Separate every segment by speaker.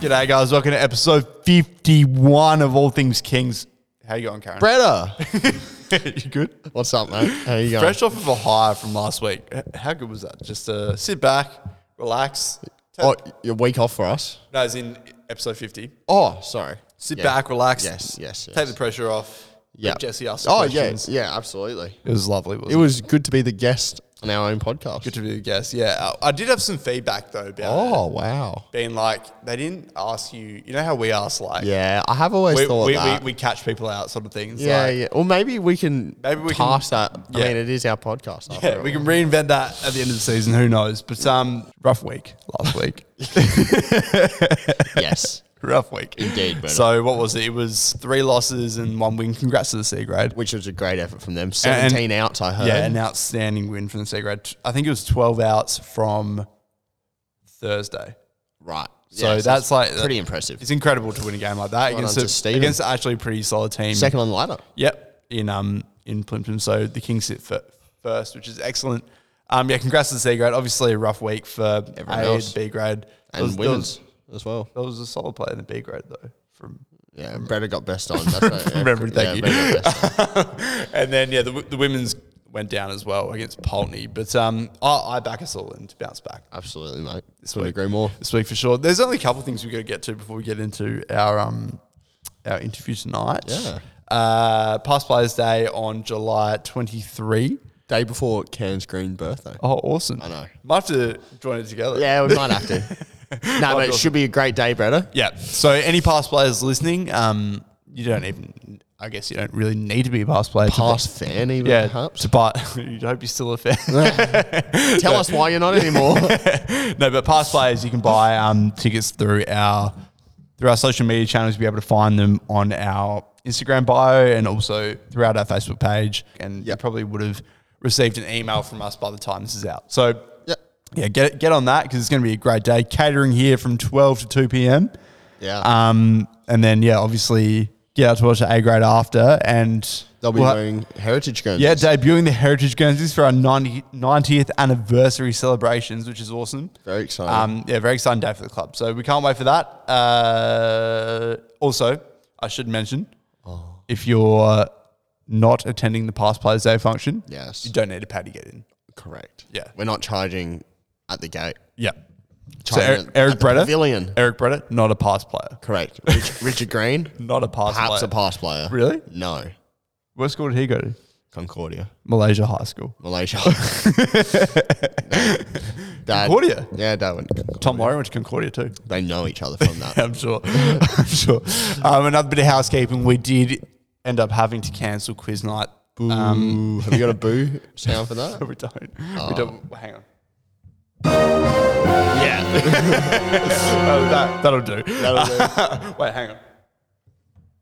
Speaker 1: G'day, guys. Welcome to episode 51 of All Things Kings. How you going, Karen?
Speaker 2: Bretta,
Speaker 1: you good?
Speaker 2: what's up, mate? How you going?
Speaker 1: Fresh off of a high from last week. H- How good was that? Just uh, sit back, relax. Take-
Speaker 2: Oh, your week off for us?
Speaker 1: No, as in episode 50.
Speaker 2: Oh, sorry.
Speaker 1: Sit
Speaker 2: Yeah.
Speaker 1: back, relax.
Speaker 2: Yes, yes, yes.
Speaker 1: Take the pressure off.
Speaker 2: Yeah.
Speaker 1: Let Jesse asked
Speaker 2: Oh,
Speaker 1: questions.
Speaker 2: yes, yeah, yeah, absolutely.
Speaker 1: It was lovely, wasn't
Speaker 2: It was good to be the guest on our own podcast.
Speaker 1: Good to be a guest. Yeah, uh, I, I did have some feedback though about it.
Speaker 2: oh, wow.
Speaker 1: being like they didn't ask you. You know how we ask like
Speaker 2: Yeah, I have always
Speaker 1: we,
Speaker 2: thought
Speaker 1: we,
Speaker 2: that.
Speaker 1: we, we catch people out sort of things.
Speaker 2: yeah,
Speaker 1: like,
Speaker 2: yeah. Well, maybe we can
Speaker 1: Maybe we can-
Speaker 2: pass that.
Speaker 1: yeah.
Speaker 2: I mean, it is our podcast. After
Speaker 1: Yeah,
Speaker 2: all.
Speaker 1: we can reinvent that at the end of the season. Who knows? But um, rough week last week.
Speaker 2: yes.
Speaker 1: rough week
Speaker 2: Indeed, brother.
Speaker 1: So what was it? It was three losses and one win. Congrats to the C grade.
Speaker 2: Which was a great effort from them. 17 outs, I heard.
Speaker 1: Yeah, an outstanding win from the C grade. I think it was twelve outs from Thursday.
Speaker 2: right.
Speaker 1: So
Speaker 2: Yes,
Speaker 1: that's like
Speaker 2: pretty impressive.
Speaker 1: It's incredible to win a game like that
Speaker 2: Well
Speaker 1: against
Speaker 2: done
Speaker 1: a,
Speaker 2: to Stephen.
Speaker 1: against an actually pretty solid team.
Speaker 2: Second on the ladder.
Speaker 1: Yep, in um in Plimpton. So the Kings sit fir- first, which is excellent. Um, yeah, congrats to the C grade. Obviously, a rough week for
Speaker 2: Everyone
Speaker 1: A
Speaker 2: else.
Speaker 1: and B grade. There
Speaker 2: And
Speaker 1: was, there was-
Speaker 2: women's as well.
Speaker 1: there was a solid player in the B grade though. From
Speaker 2: Yeah, Bretta got best on. That's right. Yeah,
Speaker 1: Remember,
Speaker 2: yeah,
Speaker 1: thank you.
Speaker 2: Bretta got best on.
Speaker 1: and then yeah, the, w- the women's went down as well against Pulteney. But um, I, I back us all in to bounce back
Speaker 2: Absolutely, mate. Couldn't agree more.
Speaker 1: this week for sure. There's only a couple of things we got to get to before we get into our um our interview tonight.
Speaker 2: Yeah.
Speaker 1: Uh, past Players Day on July 23.
Speaker 2: Day before Cairns Green birthday.
Speaker 1: Oh, awesome!
Speaker 2: I know.
Speaker 1: Might have to join it together.
Speaker 2: Yeah, we might have to. no, but it should be a great day, brother.
Speaker 1: Yeah. So any past players listening, um, you don't even, I guess you don't really need to be a past player. to-
Speaker 2: Past fan, even
Speaker 1: yeah.
Speaker 2: perhaps.
Speaker 1: To buy, you hope you're still a fan.
Speaker 2: Tell us why you're not anymore.
Speaker 1: no, but past players, you can buy um, tickets through our through our social media channels. You'll be able to find them on our Instagram bio and also throughout our Facebook page. And you
Speaker 2: Yep.
Speaker 1: probably would have received an email from us by the time this is out. So
Speaker 2: Yep.
Speaker 1: yeah, get get on that because it's going to be a great day. Catering here from 12 to 2 p.m.
Speaker 2: yeah,
Speaker 1: Um, and then yeah, obviously get out to watch the A grade after, and
Speaker 2: they'll be
Speaker 1: we'll ha-
Speaker 2: wearing heritage guns.
Speaker 1: yeah, debuting the Heritage Guernseys for our 90, 90th anniversary celebrations, which is awesome.
Speaker 2: very exciting.
Speaker 1: Um, yeah, very exciting day for the club. So we can't wait for that. Uh, also, I should mention
Speaker 2: Oh.
Speaker 1: if you're not attending the Past Players Day function,
Speaker 2: Yes.
Speaker 1: you don't need a pay to get in.
Speaker 2: Correct.
Speaker 1: yeah.
Speaker 2: we're not charging at the gate.
Speaker 1: Yeah. So
Speaker 2: Charging
Speaker 1: Eric,
Speaker 2: at-
Speaker 1: Eric
Speaker 2: at the
Speaker 1: Bretta,
Speaker 2: pavilion.
Speaker 1: Eric Bretta, not a pass player,
Speaker 2: Correct. Rich, Richard Green,
Speaker 1: not a pass
Speaker 2: perhaps
Speaker 1: player.
Speaker 2: a pass player.
Speaker 1: Really?
Speaker 2: No,
Speaker 1: What school did he go to?
Speaker 2: Concordia,
Speaker 1: Malaysia High School.
Speaker 2: Malaysia. No. Dad,
Speaker 1: Concordia?
Speaker 2: Yeah, Dad went. to Concordia.
Speaker 1: Tom Laurie went to Concordia too.
Speaker 2: They know each other from that.
Speaker 1: I'm sure. I'm sure. Um, another bit of housekeeping. We did end up having to cancel quiz night. Um,
Speaker 2: Ooh, have you got a boo sound for that?
Speaker 1: we don't. We don't. Hang on.
Speaker 2: Yeah.
Speaker 1: Oh, that, that'll do. Wait, hang on.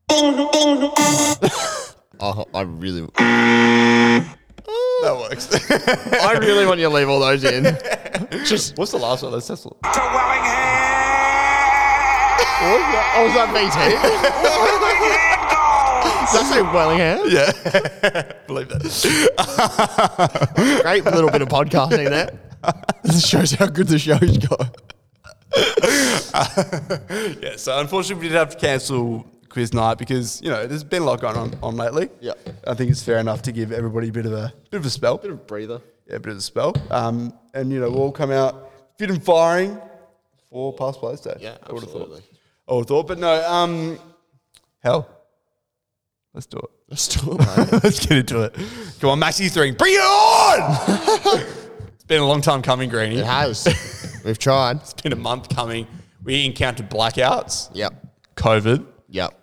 Speaker 2: Oh, I, I really,
Speaker 1: That works.
Speaker 2: I really want you to leave all those in. Just
Speaker 1: What's the last one? That's Tesla.
Speaker 3: to Wellingham.
Speaker 2: oh, was that BT?
Speaker 3: Goal.
Speaker 2: That's a Wellingham.
Speaker 1: Yeah. Believe that.
Speaker 2: Great little bit of podcasting there. This shows how good the show's got.
Speaker 1: Yeah. So unfortunately, we did have to cancel quiz night because you know there's been a lot going on, on lately.
Speaker 2: Yeah.
Speaker 1: I think it's fair enough to give everybody a bit of a bit of a spell.
Speaker 2: Breather.
Speaker 1: yeah, a bit of a spell. Um, and you know, we'll all come out fit and firing for past players day.
Speaker 2: Yeah,
Speaker 1: I would have thought.
Speaker 2: absolutely.
Speaker 1: I would have thought, but no. Um, hell, let's do it.
Speaker 2: Let's do it, mate.
Speaker 1: let's get into it. Come on, Maxi three, bring it on! it's been a long time coming, Greeny.
Speaker 2: It has. We've tried.
Speaker 1: It's been a month coming. We encountered blackouts,
Speaker 2: Yep.
Speaker 1: COVID,
Speaker 2: Yep.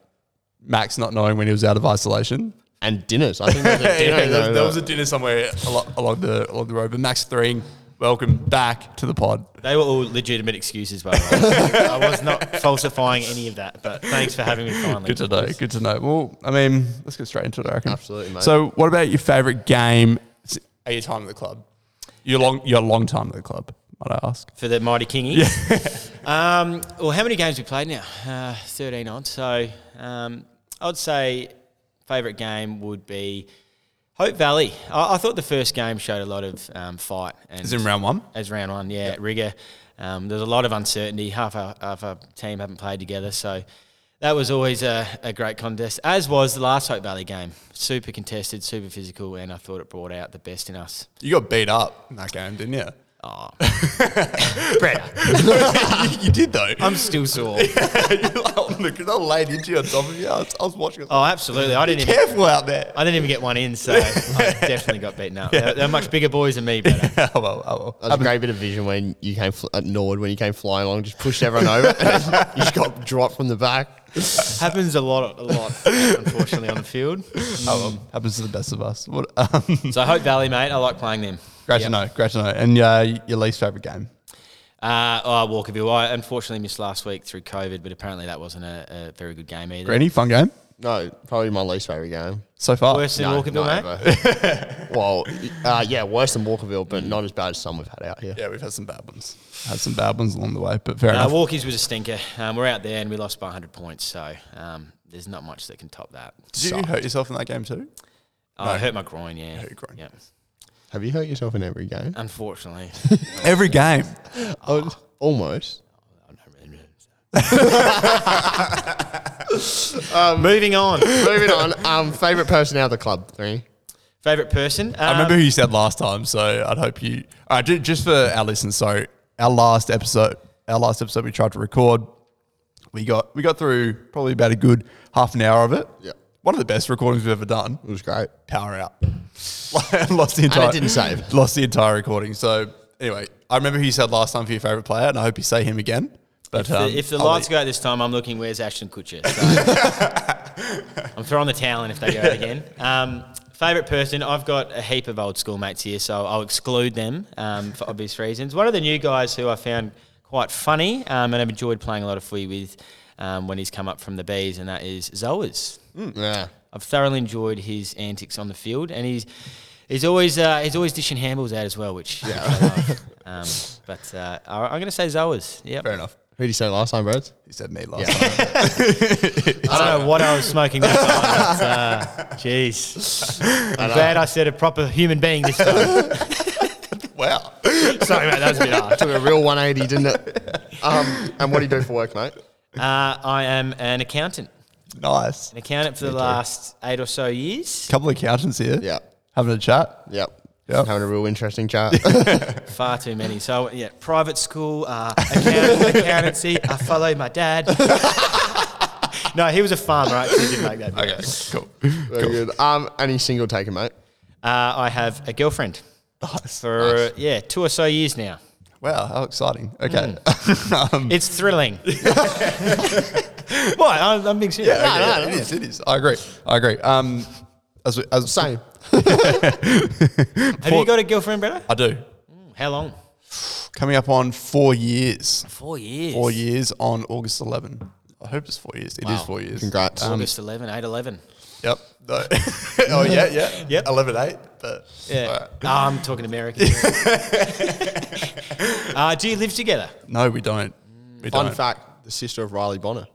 Speaker 1: Max not knowing when he was out of isolation.
Speaker 2: And dinners. I think there's a dinner.
Speaker 1: Yeah, there, was,
Speaker 2: that-
Speaker 1: there was a dinner somewhere alo- along the along the road. But Max three, welcome back to the pod.
Speaker 4: They were all legitimate excuses, by the way. I was not falsifying any of that, but thanks for having me finally.
Speaker 1: Good to know. Good to know. Well, I mean, let's get straight into it. I reckon.
Speaker 2: Absolutely, mate.
Speaker 1: So, what about your favourite game at your time at the club? Your long, your long time at the club. Might I ask?
Speaker 4: For the Mighty Kingies. um, well, how many games we played now? Uh, 13 odd. So um, I'd say favourite game would be Hope Valley. I, I thought the first game showed a lot of um, fight. And
Speaker 1: As in round one?
Speaker 4: As round one, yeah. At Riga, um, there's a lot of uncertainty. Half our, half our team haven't played together, so that was always a, a great contest. As was the last Hope Valley game. Super contested, super physical, and I thought it brought out the best in us.
Speaker 1: You got beat up in that game, didn't you?
Speaker 4: Oh,
Speaker 1: you, you did though.
Speaker 4: I'm still sore.
Speaker 1: You're like, oh, look, I laid into you on top of you. I was, I was watching. I was
Speaker 4: Oh, absolutely. I didn't.
Speaker 1: like,
Speaker 4: Even,
Speaker 1: Careful out there.
Speaker 4: I didn't even get one in, so I definitely got beaten up. They're, they're much bigger boys than me, but
Speaker 1: oh well, oh
Speaker 2: That was a great bit of vision when you came fl- at Nord when you came flying along, just pushed everyone over, and then you just got dropped from the back.
Speaker 4: happens a lot, a lot, unfortunately, on the field.
Speaker 1: well. Oh well, happens to the best of us. What, um,
Speaker 4: So Hope Valley, mate, I like playing them.
Speaker 1: great to know. Great to know. And uh, your least favorite game?
Speaker 4: Uh, oh, Walkerville. I unfortunately missed last week through COVID, but apparently that wasn't a, a very good game either.
Speaker 1: Granny, fun game
Speaker 2: No, probably my least favorite game.
Speaker 1: so far.
Speaker 4: Worse than eh?
Speaker 2: No,
Speaker 4: Walkerville, mate.
Speaker 2: not ever. well, uh, yeah, worse than Walkerville, but not as bad as some we've had out here.
Speaker 1: Yeah, we've had some bad ones. Had some bad ones along the way, but fair
Speaker 4: Uh,
Speaker 1: enough.
Speaker 4: Walkies was a stinker. Um, we're out there and we lost by 100 points, so um, there's not much that can top that.
Speaker 1: Did you hurt yourself in that game too?
Speaker 4: Oh, I hurt my groin, yeah.
Speaker 1: Hurt your groin.
Speaker 4: Yeah.
Speaker 2: Have you hurt yourself in every game?
Speaker 4: Unfortunately.
Speaker 1: Every game.
Speaker 2: Uh, Oh, almost.
Speaker 4: I don't really know. Um, Moving on.
Speaker 2: Moving on. Um, favorite person out of the club? Three.
Speaker 4: Favorite person?
Speaker 1: I remember
Speaker 4: Um,
Speaker 1: who you said last time, so I'd hope you. All right, ju- just for our listeners, so our last episode, our last episode we tried to record, we got we got through probably about a good half an hour of it.
Speaker 2: Yeah.
Speaker 1: one of the best recordings we've ever done.
Speaker 2: It was great.
Speaker 1: Power out, lost the entire.
Speaker 2: didn't save.
Speaker 1: Lost the entire recording. So anyway, I remember who you said last time for your favorite player, and I hope you say him again. But
Speaker 4: the-
Speaker 1: um,
Speaker 4: if the
Speaker 1: I'll
Speaker 4: lights
Speaker 1: let-
Speaker 4: go out this time, I'm looking. Where's Ashton Kutcher? So- I'm throwing the towel in if they go out again. Um, favorite person? I've got a heap of old schoolmates here, so I'll exclude them um, for obvious reasons. One of the new guys who I found quite funny um, and I've enjoyed playing a lot of footy with um, when he's come up from the bees, and that is Zoas.
Speaker 1: Hmm.
Speaker 2: Yeah.
Speaker 4: I've thoroughly enjoyed his antics on the field, and he's he's always uh, he's always dishing handballs out as well, which yeah. I love. Um, but uh, I- I'm going to say Zoas. Yeah.
Speaker 1: Fair enough.
Speaker 2: Who did you say last time, Brad?
Speaker 1: He said me last time.
Speaker 4: I don't know what I was smoking that time. but, uh, Jeez. I'm glad I said a proper human being this time.
Speaker 1: Wow.
Speaker 4: Sorry, mate, that was a bit hard.
Speaker 2: Took a real 180, didn't it? Um, and what do you do for work, mate?
Speaker 4: Uh, I am an accountant.
Speaker 1: Nice.
Speaker 4: An accountant for the last eight or so years.
Speaker 1: Couple of accountants here.
Speaker 2: Yeah.
Speaker 1: Having a chat.
Speaker 2: Yep.
Speaker 1: Yep.
Speaker 2: Having a real interesting chat.
Speaker 4: Far too many. So, yeah, private school, uh, account- accountancy. I follow my dad. no, he was a farmer, actually. He didn't make that.
Speaker 1: Okay. Cool.
Speaker 2: Very good. Um, any single taker, mate?
Speaker 4: Uh, I have a girlfriend
Speaker 1: Nice.
Speaker 4: for, yeah, two or so years now.
Speaker 1: Wow. How exciting. Okay.
Speaker 2: Hmm.
Speaker 1: um,
Speaker 4: It's thrilling. Why? I'm, I'm being serious.
Speaker 1: yeah, yeah, it is. It is. I agree. I agree. Um, as, we- as
Speaker 2: Same.
Speaker 4: Have you got a girlfriend, Bretta?
Speaker 1: I do.
Speaker 4: How long?
Speaker 1: Coming up on four years.
Speaker 4: Four years.
Speaker 1: Four years on August 11. I hope it's four years. It is four years.
Speaker 2: Congrats.
Speaker 4: August 11, 8 11.
Speaker 1: Yep. No. oh yeah, yeah.
Speaker 4: Yep.
Speaker 1: Eleven eight. But
Speaker 4: Yeah.
Speaker 1: all right.
Speaker 4: Oh, I'm talking American. uh, do you live together?
Speaker 1: No, we don't. We
Speaker 2: Fun
Speaker 1: don't.
Speaker 2: fact: the sister of Riley Bonner.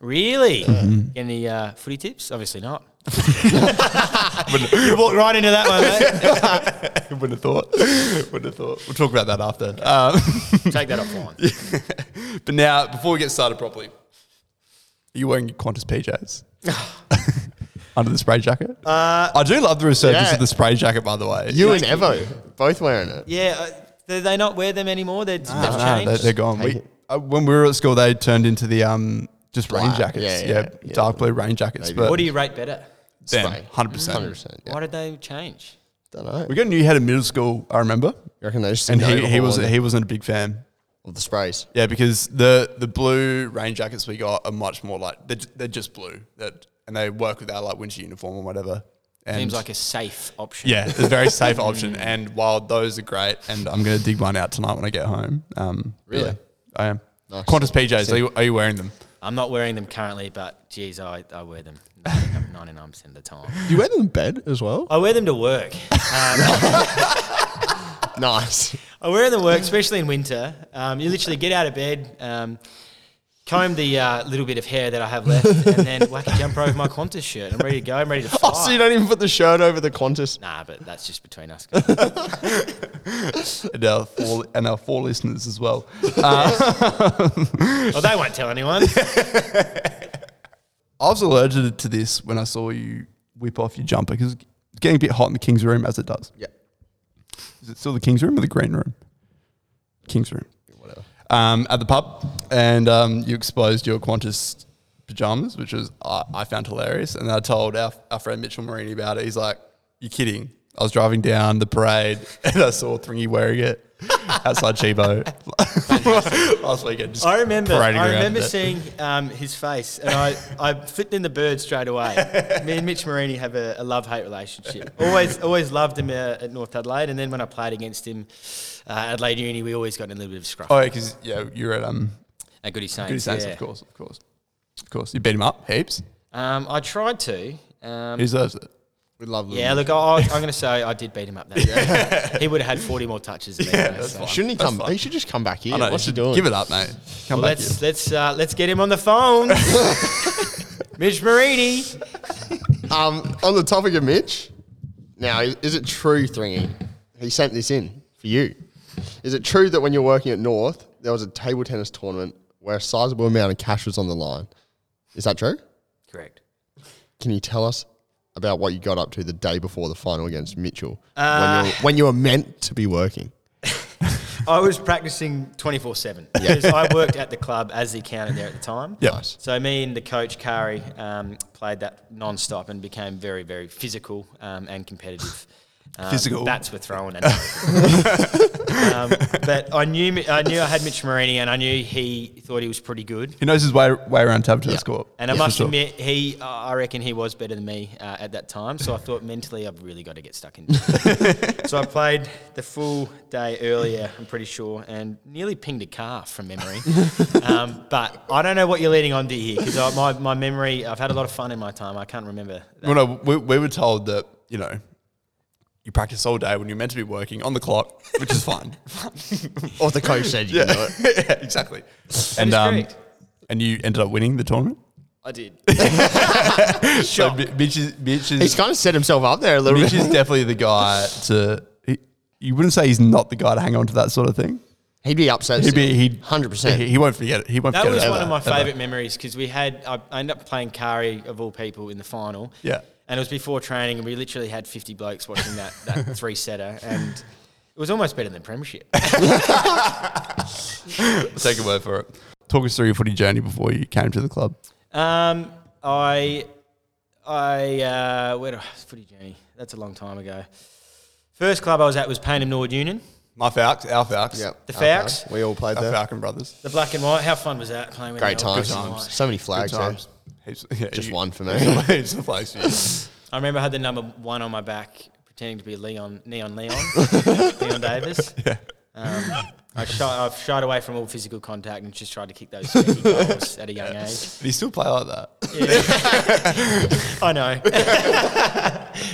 Speaker 4: Really?
Speaker 1: Mm-hmm.
Speaker 4: Any uh, footy tips? Obviously not. you walked right into that one,
Speaker 1: Wouldn't have thought. Wouldn't have thought. We'll talk about that after. Um,
Speaker 4: mate. Take that offline.
Speaker 1: but now, before we get started properly, are you wearing your Qantas PJs under the spray jacket? Uh, I do love the resurgence
Speaker 2: yeah.
Speaker 1: of the spray jacket, by the way.
Speaker 2: You and Evo both wearing it.
Speaker 4: Yeah, uh, do they not wear them anymore? They're,
Speaker 1: No,
Speaker 4: they've
Speaker 1: no,
Speaker 4: changed.
Speaker 1: Ah, they're, they're gone.
Speaker 2: Take
Speaker 1: We,
Speaker 2: it.
Speaker 1: uh, when we were at school, they turned into the um, just rain
Speaker 2: Black.
Speaker 1: jackets.
Speaker 2: Yeah,
Speaker 1: Yeah,
Speaker 2: yeah, yeah.
Speaker 1: dark blue rain jackets.
Speaker 2: Maybe.
Speaker 1: But
Speaker 4: what do you rate better?
Speaker 1: damn, hundred
Speaker 2: Hundred
Speaker 1: percent.
Speaker 2: percent.
Speaker 4: Why did they change?
Speaker 2: Don't know.
Speaker 1: We got a new head of middle school. I remember,
Speaker 2: You reckon they just
Speaker 1: and he, he was
Speaker 2: of
Speaker 1: he wasn't a big fan.
Speaker 2: the sprays.
Speaker 1: Yeah, because the the blue rain jackets we got are much more like they're, ju- they're just blue that and they work with our like winter uniform or whatever. And
Speaker 4: Seems like a safe option.
Speaker 1: yeah, it's a very safe option. And while those are great, and I'm gonna dig one out tonight when I get home. Um, but
Speaker 2: Really?
Speaker 1: yeah, I am.
Speaker 2: Nice.
Speaker 1: Qantas PJs. Are you, are you wearing them?
Speaker 4: I'm not wearing them currently, but geez, I, I wear them 99% of the time.
Speaker 2: You wear them in bed as well.
Speaker 1: Oh,
Speaker 4: I wear them to work.
Speaker 2: Nice.
Speaker 4: Oh, I wear them to work, especially in winter. Um, you literally get out of bed, um, comb the uh, little bit of hair that I have left, and then whack a jumper over my Qantas shirt. I'm ready to go. I'm ready to fly.
Speaker 2: Oh, so you don't even put the shirt over the Qantas.
Speaker 4: nah, but that's just between us.
Speaker 1: and our four, and our four listeners as well.
Speaker 4: well, they won't tell anyone.
Speaker 1: I was allergic to this when I saw you whip off your jumper because it's getting a bit hot in the king's room as it does.
Speaker 2: Yeah.
Speaker 1: Is it still the king's room or the green room? King's room.
Speaker 2: Whatever.
Speaker 1: um, at the pub, and um, you exposed your Qantas pajamas, which was I, I found hilarious. And I told our, our friend Mitchell Marini about it. He's like, "You're kidding." I was driving down the parade and I saw Thringy wearing it outside Chibo last weekend. Just
Speaker 4: I remember.
Speaker 1: parading
Speaker 4: I
Speaker 1: around
Speaker 4: remember
Speaker 1: in it.
Speaker 4: seeing um, his face, and I, I flipped in the bird straight away. Me and Mitch Marini have a, a love hate relationship. Always, always loved him uh, at North Adelaide, and then when I played against him uh, at Adelaide Uni, we always got in a little bit of scruff.
Speaker 1: Oh, because yeah, you're at um,
Speaker 4: At Goody Saints,
Speaker 1: Goody Saints,
Speaker 4: yeah.
Speaker 1: of course, of course, of course. You beat him up heaps.
Speaker 4: Um, I tried to. Um,
Speaker 1: He deserves it.
Speaker 2: We love
Speaker 4: yeah, look, I, I- I'm going to say I did beat him up that day. he would have had 40 more touches. Than me, though,
Speaker 1: that's
Speaker 4: so.
Speaker 1: fine.
Speaker 2: Shouldn't he
Speaker 1: That's
Speaker 2: come?
Speaker 1: fine.
Speaker 2: He should just come back here.
Speaker 1: I know,
Speaker 2: What's he
Speaker 1: should
Speaker 2: doing?
Speaker 1: Give it up, mate. Come
Speaker 4: Well,
Speaker 1: back here.
Speaker 4: let's let's uh, let's get him on the phone. Mitch Marini.
Speaker 2: Um, on the topic of Mitch, now is, is it true, Thingy? He sent this in for you. Is it true that when you're working at North, there was a table tennis tournament where a sizable amount of cash was on the line? Is that true?
Speaker 4: Correct.
Speaker 2: Can you tell us about what you got up to the day before the final against Mitchell
Speaker 1: Uh,
Speaker 2: when, you were, when you were meant to be working?
Speaker 4: I was practicing 24 7
Speaker 2: Yeah.
Speaker 4: because I worked at the club as the accountant there at the time.
Speaker 1: Yeah.
Speaker 2: Nice.
Speaker 4: So me and the coach Kari um, played that non-stop and became very, very physical um, and competitive. Um,
Speaker 1: Physical.
Speaker 4: Bats were thrown at. um, but I knew Mi- I knew I had Mitch Marini and I knew he thought he was pretty good.
Speaker 1: He knows his way way around table tennis court.
Speaker 4: And I
Speaker 1: for
Speaker 4: must
Speaker 1: sure.
Speaker 4: admit, he uh, I reckon he was better than me uh, at that time. So I thought mentally, I've really got to get stuck in. so I played the full day earlier, I'm pretty sure, and nearly pinged a calf from memory. um, but I don't know what you're leading on to here because my, my memory, I've had a lot of fun in my time. I can't remember.
Speaker 1: Well, no, we, we were told that, you know, you practice all day when you're meant to be working on the clock, which is fine.
Speaker 2: Or the coach said you
Speaker 1: yeah.
Speaker 2: can do it.
Speaker 1: yeah, exactly. And,
Speaker 4: is
Speaker 1: um,
Speaker 4: correct.
Speaker 1: and you ended up winning the tournament?
Speaker 4: I did.
Speaker 1: So Mi- Mitch is, Mitch
Speaker 2: He's
Speaker 1: is,
Speaker 2: kind of set himself up there a little
Speaker 1: Mitch
Speaker 2: bit.
Speaker 1: is definitely the guy to, he, you wouldn't say he's not the guy to hang on to that sort of thing.
Speaker 2: He'd be upset.
Speaker 1: He'd be, he'd,
Speaker 2: 100%.
Speaker 1: He, he won't forget it. He won't
Speaker 4: That
Speaker 1: forget
Speaker 4: was
Speaker 1: it
Speaker 4: one
Speaker 1: ever,
Speaker 4: of my
Speaker 1: ever.
Speaker 4: favourite memories because we had I, I ended up playing Kari of all people in the final.
Speaker 1: Yeah.
Speaker 4: And it was before training, and we literally had 50 blokes watching that, that three setter, and it was almost better than Premiership.
Speaker 1: Take a word for it. Talk us through your footy journey before you came to the club.
Speaker 4: Um, I, I, uh, where do I, footy journey? That's a long time ago. First club I was at was Payneham Nord Union,
Speaker 1: My Falcons, our Falcons,
Speaker 4: The Falcons.
Speaker 2: We all played
Speaker 1: our
Speaker 2: there.
Speaker 1: Falcon brothers.
Speaker 4: the black and white. How fun was that playing with
Speaker 2: Great
Speaker 4: the old
Speaker 2: times.
Speaker 4: black and white?
Speaker 2: So many flags eh? there.
Speaker 1: Heaps- yeah,
Speaker 2: Just
Speaker 1: you-
Speaker 2: one for me.
Speaker 1: Heaps of flags for you.
Speaker 4: I remember I had the number one on my back, pretending to be Leon, Neon Leon, Leon Davis. Um, I shy, I've shied away from all physical contact and just tried to kick those sneaky goals at a young age.
Speaker 1: But he still play like that.
Speaker 4: I know.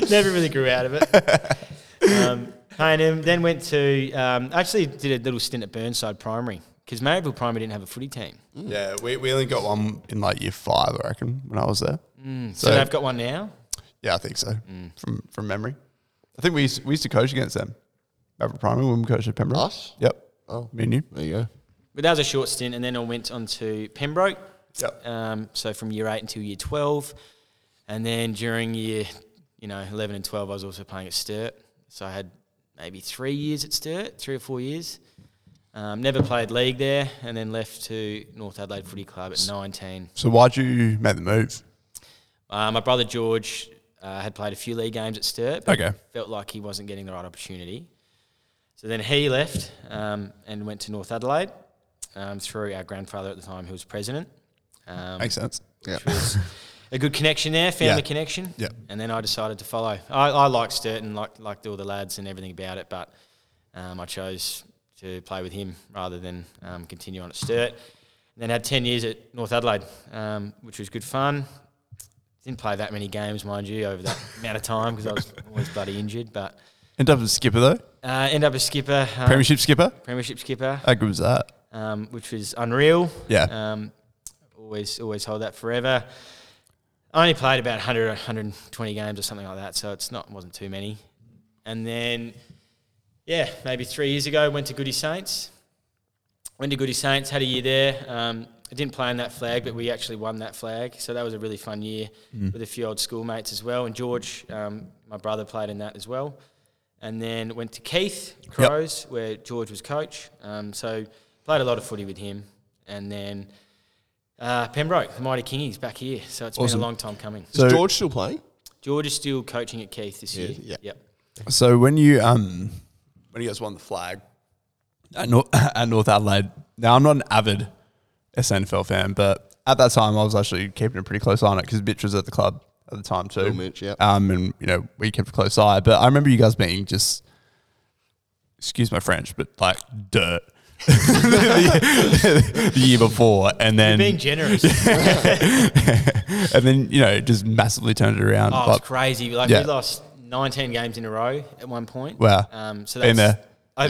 Speaker 4: Never really grew out of it. Um, Payneham, then went to um, actually did a little stint at Burnside Primary because Maryville Primary didn't have a footy team.
Speaker 2: Mm.
Speaker 1: Yeah, we, we only got one in like year five, I reckon, when I was there.
Speaker 2: Mm.
Speaker 4: So, they've got one now.
Speaker 1: yeah, I think so. From from memory, I think we used, we used to coach against them. Over primary when we coached at Pembroke.
Speaker 2: Us?
Speaker 1: Yep.
Speaker 2: Oh.
Speaker 1: me and you.
Speaker 2: There you go.
Speaker 4: But that was a short stint, and then I went on to Pembroke.
Speaker 1: Yep.
Speaker 4: Um, so from year eight until year twelve, and then during year you know eleven and twelve, I was also playing at Sturt. So I had maybe three years at Sturt, three or four years. Um, never played league there, and then left to North Adelaide Footy Club at nineteen.
Speaker 1: So why'd you make the move?
Speaker 4: Uh, my brother George uh, had played a few league games at Sturt, but
Speaker 1: Okay.
Speaker 4: felt like he wasn't getting the right opportunity. So then he left um, and went to North Adelaide um, through our grandfather at the time, who was president. Um,
Speaker 1: Makes sense.
Speaker 2: Yeah.
Speaker 4: which was a good connection there, family
Speaker 1: Yeah.
Speaker 4: connection.
Speaker 1: Yeah.
Speaker 4: And then I decided to follow. I, I liked Sturt and liked, liked all the lads and everything about it, but um, I chose to play with him rather than um, continue on at Sturt. And then had 10 years at North Adelaide, um, which was good fun. Didn't play that many games, mind you, over that amount of time because I was always bloody injured. But
Speaker 1: End up as skipper though.
Speaker 2: Uh-huh.
Speaker 4: uh, end up as skipper, um,
Speaker 1: Premiership skipper.
Speaker 4: premiership skipper,
Speaker 1: How good was that?
Speaker 4: um, which was unreal.
Speaker 1: Yeah.
Speaker 4: Um, always always hold that forever. I only played about 100, 120 games or something like that, so it's not wasn't too many. And then, yeah, maybe three years ago, went to Goody Saints. Went to Goody Saints, had a year there. Um, I didn't play in that flag, but we actually won that flag, so that was a really fun year
Speaker 1: Mm.
Speaker 4: with a few old schoolmates as well. And George, um, my brother, played in that as well. And then went to Keith Crows, where George was coach. Um, so played a lot of footy with him, and then. Uh, Pembroke, the mighty Kingies, back here. So it's
Speaker 1: Awesome.
Speaker 4: been a long time coming.
Speaker 1: So-
Speaker 2: Is George still playing?
Speaker 4: George is still coaching at Keith this year.
Speaker 2: yeah.
Speaker 4: Yep.
Speaker 1: So when you um when you guys won the flag at North, at North Adelaide, now I'm not an avid SNFL fan, but at that time I was actually keeping a pretty close eye on it because Mitch was at the club at the time too.
Speaker 2: Mitch, yep.
Speaker 1: Um, and you know we kept a close eye, but I remember you guys being just excuse my French, but like dirt. the, the year before, and then
Speaker 4: Being generous. oh,
Speaker 1: and then you know just massively turned it around.
Speaker 4: it was
Speaker 1: Like,
Speaker 4: Oh, crazy. Like
Speaker 1: Yeah.
Speaker 4: we lost 19 games in a row at one point.
Speaker 1: Wow.
Speaker 4: Um, so that's
Speaker 1: Been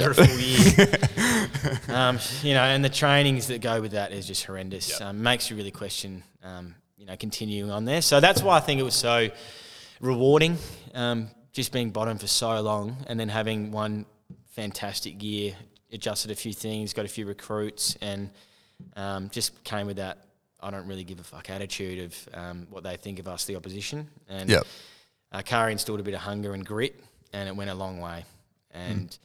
Speaker 4: over a full year. um, you know, and the trainings that go with that is just horrendous. Um, makes you really question, um, you know, continuing on there. So that's why I think it was so rewarding. Um, just being bottom for so long and then having one fantastic year, adjusted a few things, got a few recruits, and um, just came with that. I don't really give a fuck attitude of um, what they think of us, the opposition, and
Speaker 1: Yep.
Speaker 4: uh, Kari instilled a bit of hunger and grit, and it went a long way. And
Speaker 1: Mm.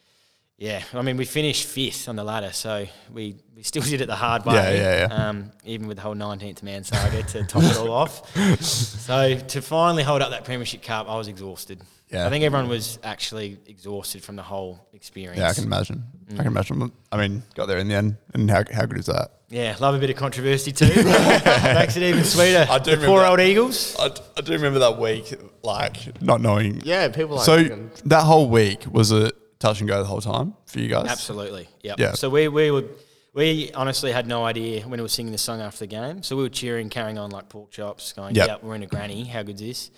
Speaker 4: yeah, I mean, we finished fifth on the ladder, so we, we still did it the hard way.
Speaker 1: Yeah, yeah, yeah.
Speaker 4: Um, even with the whole 19th man saga to top it all off. So to finally hold up that Premiership Cup, I was exhausted.
Speaker 1: Yeah.
Speaker 4: I think everyone was actually exhausted from the whole experience.
Speaker 1: Yeah, I can imagine. I can imagine. I mean, got there in the end, and how, how good is that?
Speaker 4: Yeah, love a bit of controversy too. Makes it even sweeter.
Speaker 1: I do
Speaker 4: the poor
Speaker 1: remember
Speaker 4: old Eagles.
Speaker 1: I, d- I do remember that week, like not knowing.
Speaker 2: Yeah, people like
Speaker 1: so
Speaker 2: fucking-
Speaker 1: that whole week was a touch and go the whole time for you guys.
Speaker 4: Absolutely. Yep.
Speaker 1: Yeah.
Speaker 4: So we we were we honestly had no idea when we were singing the song after the game. So we were cheering, carrying on like pork chops, going,
Speaker 1: Yep.
Speaker 4: Yeah, we're in a granny, how good's this?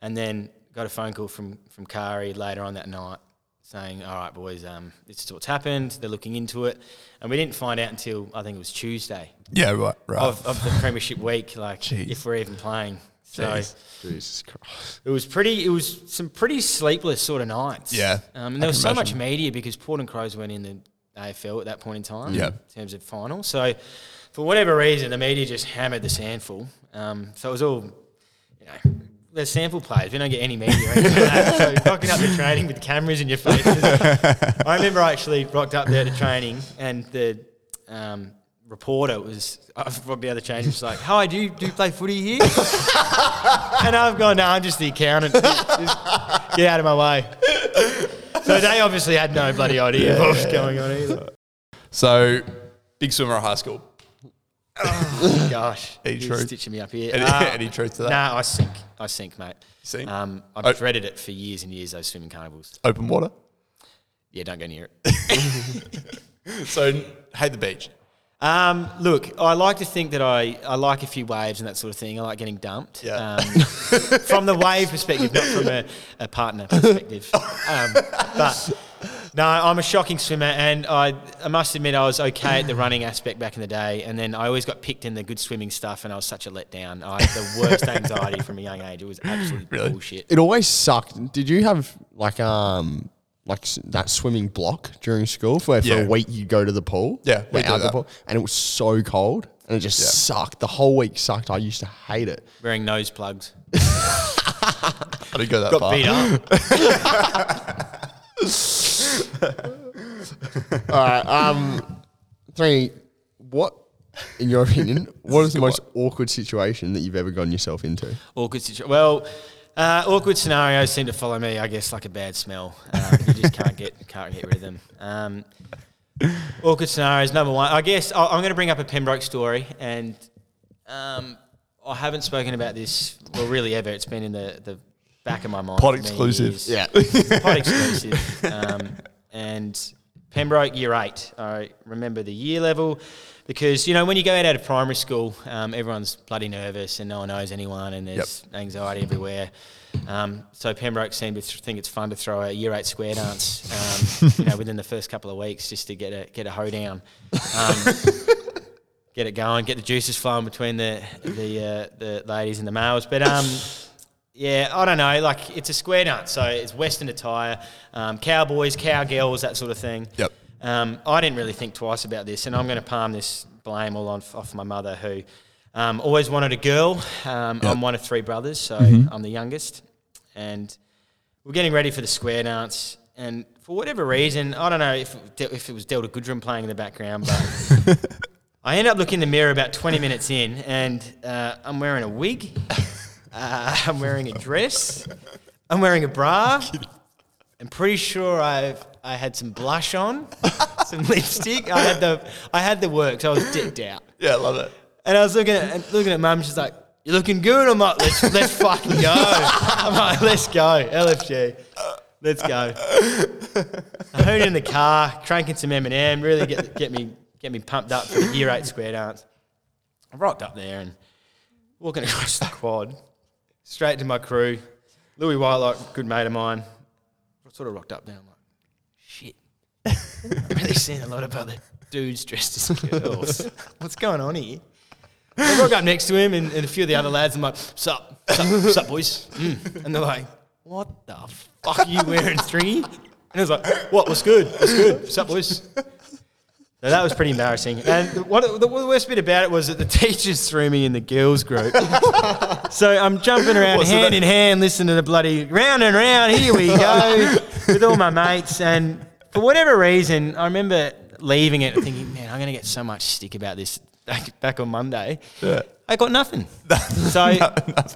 Speaker 4: And then got a phone call from from Kari later on that night saying, All right, boys, um, this is what's happened, they're looking into it. And we didn't find out until I think it was Tuesday
Speaker 1: Yeah. Right. Right.
Speaker 4: of, of the premiership week, like
Speaker 1: Oh. Jeez.
Speaker 4: if we're even playing. So
Speaker 1: Jeez.
Speaker 2: Jesus Christ.
Speaker 4: it was pretty. It was some pretty sleepless sort of nights.
Speaker 1: Yeah,
Speaker 4: um, and
Speaker 1: I
Speaker 4: there was
Speaker 1: can
Speaker 4: so much
Speaker 1: imagine.
Speaker 4: media because Port and Crows weren't in the AFL at that point in time.
Speaker 1: Yeah.
Speaker 4: in terms of final. So for whatever reason, the media just hammered the sandful. Um, so it was all, you know, the sample players. We don't get any media. Or anything like that. So rocking up the training with cameras in your faces. I remember I actually rocked up there to training and the. Um, Reporter was I've rocked out the change. Was like, "Hi, do you, do you play footy here?" and I've gone, no, I'm just the accountant. Just get out of my way. So they obviously had no bloody idea what was going on either.
Speaker 1: So big swimmer at high school.
Speaker 4: Gosh,
Speaker 1: Any
Speaker 4: you're
Speaker 1: truth?
Speaker 4: stitching me up here.
Speaker 1: Any,
Speaker 4: Uh,
Speaker 1: any truth to that?
Speaker 4: Nah, I sink. I sink, mate.
Speaker 1: Sink?
Speaker 4: Um, I've
Speaker 1: Oh.
Speaker 4: dreaded it for years and years. Those swimming carnivals.
Speaker 1: Open water.
Speaker 4: Yeah, don't go near it.
Speaker 1: So hate the beach.
Speaker 4: Um, look, I like to think that I, I like a few waves and that sort of thing. I like getting dumped.
Speaker 1: Yeah.
Speaker 4: Um, from the wave perspective, not from a, a partner perspective. Um, but no, I'm a shocking swimmer, and I, I must admit I was okay at the running aspect back in the day, and then I always got picked in the good swimming stuff, and I was such a letdown. I had the worst anxiety from a young age. It was absolute
Speaker 1: Really?
Speaker 4: bullshit.
Speaker 2: It always sucked. Did you have like um like s- that swimming block during school for, for
Speaker 1: Yeah.
Speaker 2: a week you go to the pool?
Speaker 1: Yeah, we did
Speaker 2: Like out the
Speaker 1: that.
Speaker 2: pool, and it was so cold and it just
Speaker 1: Yeah.
Speaker 2: sucked. The whole week sucked. I used to hate it.
Speaker 4: Wearing nose plugs,
Speaker 1: I didn't go that
Speaker 4: got
Speaker 1: far.
Speaker 4: beat up.
Speaker 2: Um, three. What, in your opinion, what is the most awkward situation that you've ever gotten yourself into?
Speaker 4: awkward situation. Well, uh, awkward scenarios seem to follow me, I guess, like a bad smell. Um, you just can't get can't get rid of them. Um, awkward scenarios number one. I guess I, I'm going to bring up a Pembroke story, and um, I haven't spoken about this well really ever. It's been in the the back of my mind.
Speaker 1: Pod
Speaker 4: for many
Speaker 1: exclusive.
Speaker 4: years pod exclusive. Um, and Pembroke year eight. I remember the year level because you know when you go out, out of primary school, um, everyone's bloody nervous and no one knows anyone, and there's anxiety everywhere. Um, so Pembroke seemed to th- think it's fun to throw a year eight square dance, um, you know, within the first couple of weeks just to get a get a hoedown. Um, get it going, get the juices flowing between the the uh, the ladies and the males. But um, yeah, I don't know. Like it's a square nut, so it's Western attire, um, cowboys, cowgirls, that sort of thing.
Speaker 1: Yep.
Speaker 4: Um, I didn't really think twice about this, and I'm going to palm this blame all on off my mother, who um, always wanted a girl. Um, I'm one of three brothers, so I'm the youngest, and we're getting ready for the square dance, and for whatever reason, I don't know if if it was Delta Goodrum playing in the background, but I end up looking in the mirror about 20 minutes in, and uh, I'm wearing a wig, uh, I'm wearing a dress, I'm wearing a bra. I'm pretty sure I've I had some blush on, some lipstick. I had the I had the works. I was dicked out.
Speaker 1: Yeah, I love it.
Speaker 4: And I was looking at and looking at mum. She's like, "You're looking good." I'm like, "Let's let's fucking go." I'm like, "Let's go, LFG, let's go." I heard it in the car, cranking some M&M, really get get me get me pumped up for the year eight square dance. I rocked up there and walking across the quad, straight to my crew. Louis Whitelock, good mate of mine, sort of rocked up there. I'm like, shit. I've really seen a lot of other dudes dressed as girls. What's going on here? I rock up next to him and, and a few of the other lads. I'm like, sup, sup, sup, boys. Mm. And they're like, what the fuck are you wearing, stringy? And I was like, what, what's good? What's good? Sup, boys? So that was pretty embarrassing. And the- what, the worst bit about it was that the teachers threw me in the girls' group. so I'm jumping around
Speaker 1: What's that?
Speaker 4: hand in hand, listening to the bloody round and round, here we go, with all my mates. And for whatever reason, I remember leaving it and thinking, man, I'm going to get so much stick about this back, back on Monday.
Speaker 1: Yeah.
Speaker 4: I got nothing. so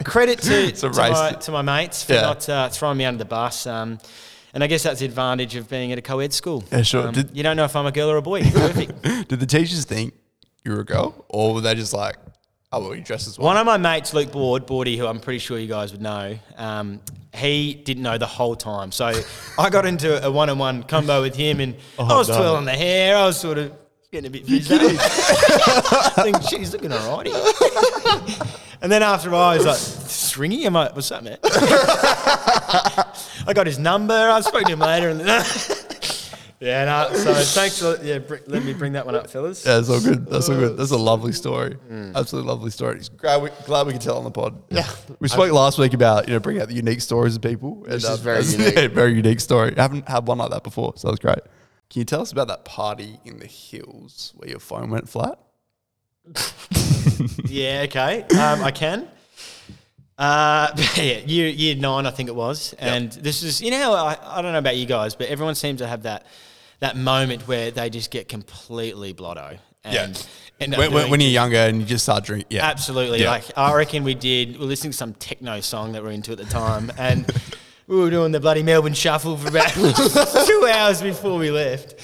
Speaker 4: credit to,
Speaker 1: a
Speaker 4: to,
Speaker 1: race.
Speaker 4: my, to my mates for
Speaker 1: Yeah.
Speaker 4: not uh, throwing me under the bus. Um, and I guess that's the advantage of being at a co-ed school.
Speaker 1: Yeah, sure.
Speaker 4: Um,
Speaker 1: Did-
Speaker 4: you don't know if I'm a girl or a boy. Perfect.
Speaker 1: Did the teachers think you were a girl, or were they just like, "Oh, well, you dress as one"?
Speaker 4: One of my mates, Luke Board, Bordy, who I'm pretty sure you guys would know, um, he didn't know the whole time. So I got into a one-on-one combo with him, and I was
Speaker 1: no.
Speaker 4: twirling the hair. I was sort of getting a bit fizzed out. I think she's looking alrighty. and then after a while, he's like, "Stringy, am I? What's up, man?" I got his number. I spoke to him later, and yeah, no, so thanks for yeah, br- let me bring that one up, fellas.
Speaker 1: Yeah, that's all good. That's all good. That's a lovely story.
Speaker 2: Mm.
Speaker 1: Absolutely lovely story. It's glad we, glad we could tell on the pod. Yeah, we spoke last week about you know bringing out the unique stories of people. This
Speaker 2: is very unique.
Speaker 1: very unique story. I haven't had one like that before, so that's great. Can you tell us about that party in the hills where your phone went flat?
Speaker 4: Yeah, okay. Um, I can. Uh, yeah, year, year nine, I think it was. And this is, you know, I, I don't know about you guys, but everyone seems to have that that moment where they just get completely blotto. And end up
Speaker 1: when, when,
Speaker 4: doing-
Speaker 1: when you're younger and you just start drinking. Yeah,
Speaker 4: Absolutely.
Speaker 1: Yeah.
Speaker 4: Like I reckon we did. We were listening to some techno song that we are into at the time, and we were doing the bloody Melbourne Shuffle for about two hours before we left.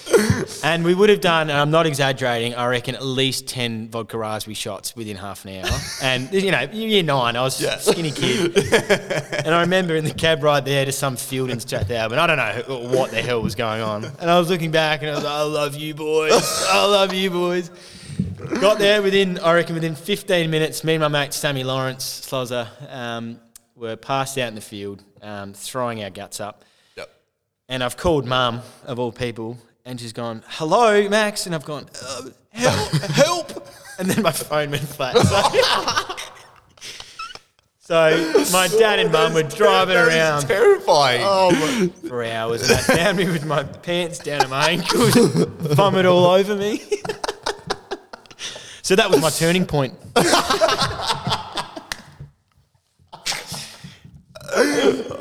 Speaker 4: And we would have done, and I'm not exaggerating. I reckon at least ten vodka raspberry shots within half an hour. And you know, year nine, I was a skinny kid, and I remember in the cab ride there to some field in Strathalbyn. I don't know who- what the hell was going on. And I was looking back, and I was like, "I love you, boys. I love you, boys." Got there within, I reckon, within 15 minutes. Me and my mate Sammy Lawrence Slozza um, were passed out in the field, um, throwing our guts up.
Speaker 1: Yep.
Speaker 4: And I've called mum of all people, and she's gone, "Hello, Max," and I've gone, uh, "Help, help!" And then my phone went flat. So, so my dad and mum were driving
Speaker 1: That is
Speaker 4: around
Speaker 1: terrifying.
Speaker 2: Oh,
Speaker 4: for hours, and they found me with my pants down at my ankles, vomit all over me. so that was my turning point.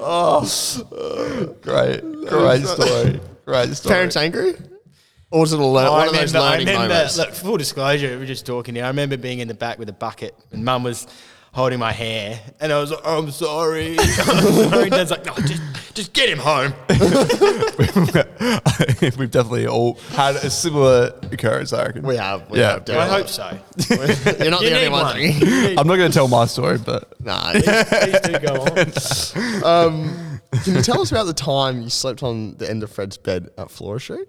Speaker 1: Oh, Great, great story. Great story.
Speaker 2: Parents angry? Or was it a lear-
Speaker 4: Oh,
Speaker 2: one of those learning moments?
Speaker 4: Look, full disclosure, we were just talking here. I remember being in the back with a bucket, and Mum was holding my hair, and I was like, "I'm sorry." I'm sorry. Dad's like, "No, just, just get him home."
Speaker 1: We've definitely all had a similar occurrence, I reckon.
Speaker 2: We have, we have,
Speaker 4: I
Speaker 2: definitely.
Speaker 4: hope so.
Speaker 2: You're not
Speaker 4: You
Speaker 2: the only
Speaker 4: need
Speaker 2: one.
Speaker 4: one.
Speaker 2: Drinking.
Speaker 1: I'm not going to tell my story, but
Speaker 2: nah.
Speaker 4: Please do go on.
Speaker 2: Can you tell us about the time you slept on the end of Fred's bed at Flora Street?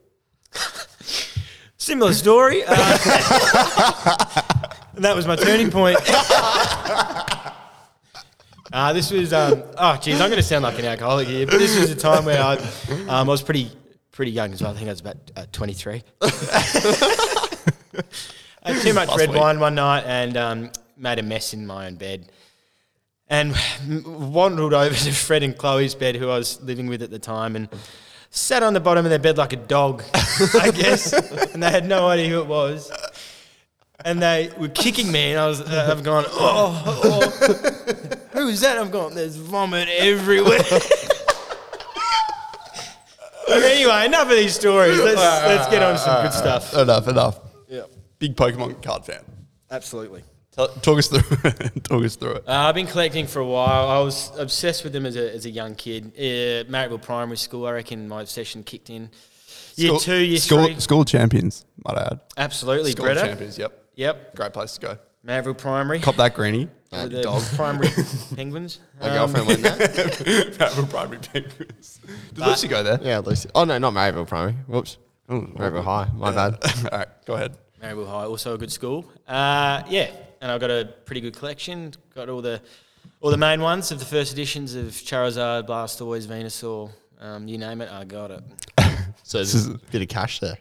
Speaker 4: Similar story. Uh, and that was my turning point. Uh, this was, um, oh, geez, I'm going to sound like an alcoholic here, but this was a time where I, um, I was pretty pretty young as well. I think I was about uh, 23. I had too much
Speaker 1: Last
Speaker 4: red
Speaker 1: week.
Speaker 4: wine one night and um, made a mess in my own bed. And waddled over to Fred and Chloe's bed, who I was living with at the time, and sat on the bottom of their bed like a dog, I guess. And they had no idea who it was. And they were kicking me, and I was, uh, I've gone, oh, oh, who's that? I've gone, there's vomit everywhere. But anyway, enough of these stories. Let's, let's get on to some good stuff.
Speaker 1: Enough, enough.
Speaker 2: Yeah,
Speaker 1: Big Pokemon card fan.
Speaker 2: absolutely.
Speaker 1: Tell, talk us through. talk us through it.
Speaker 4: Uh, I've been collecting for a while. I was obsessed with them as a, as a young kid. Uh, Marrickville Primary School, I reckon my obsession kicked in. Year
Speaker 1: School-
Speaker 4: two, year
Speaker 1: school,
Speaker 4: three.
Speaker 1: School champions, might I add.
Speaker 4: Absolutely,
Speaker 1: School
Speaker 4: Greta.
Speaker 1: champions. Yep.
Speaker 4: Yep,
Speaker 1: Great place to go.
Speaker 4: Marrickville Primary.
Speaker 1: Cop that greenie.
Speaker 4: with the primary penguins.
Speaker 2: My
Speaker 4: Um,
Speaker 2: girlfriend went there.
Speaker 1: Marrickville Primary Penguins. Did Lucy go there?
Speaker 2: Yeah, Lucy. Oh no, not Maryville Primary. Whoops. Maryville High. My bad.
Speaker 1: All right, go ahead.
Speaker 4: Marrickville High, also a good school. Um, Uh, yeah, and I've got a pretty good collection. Got all the all the main ones of the first editions of Charizard, Blastoise, Venusaur, um, you name it, I got it.
Speaker 2: So there's a bit of cash there,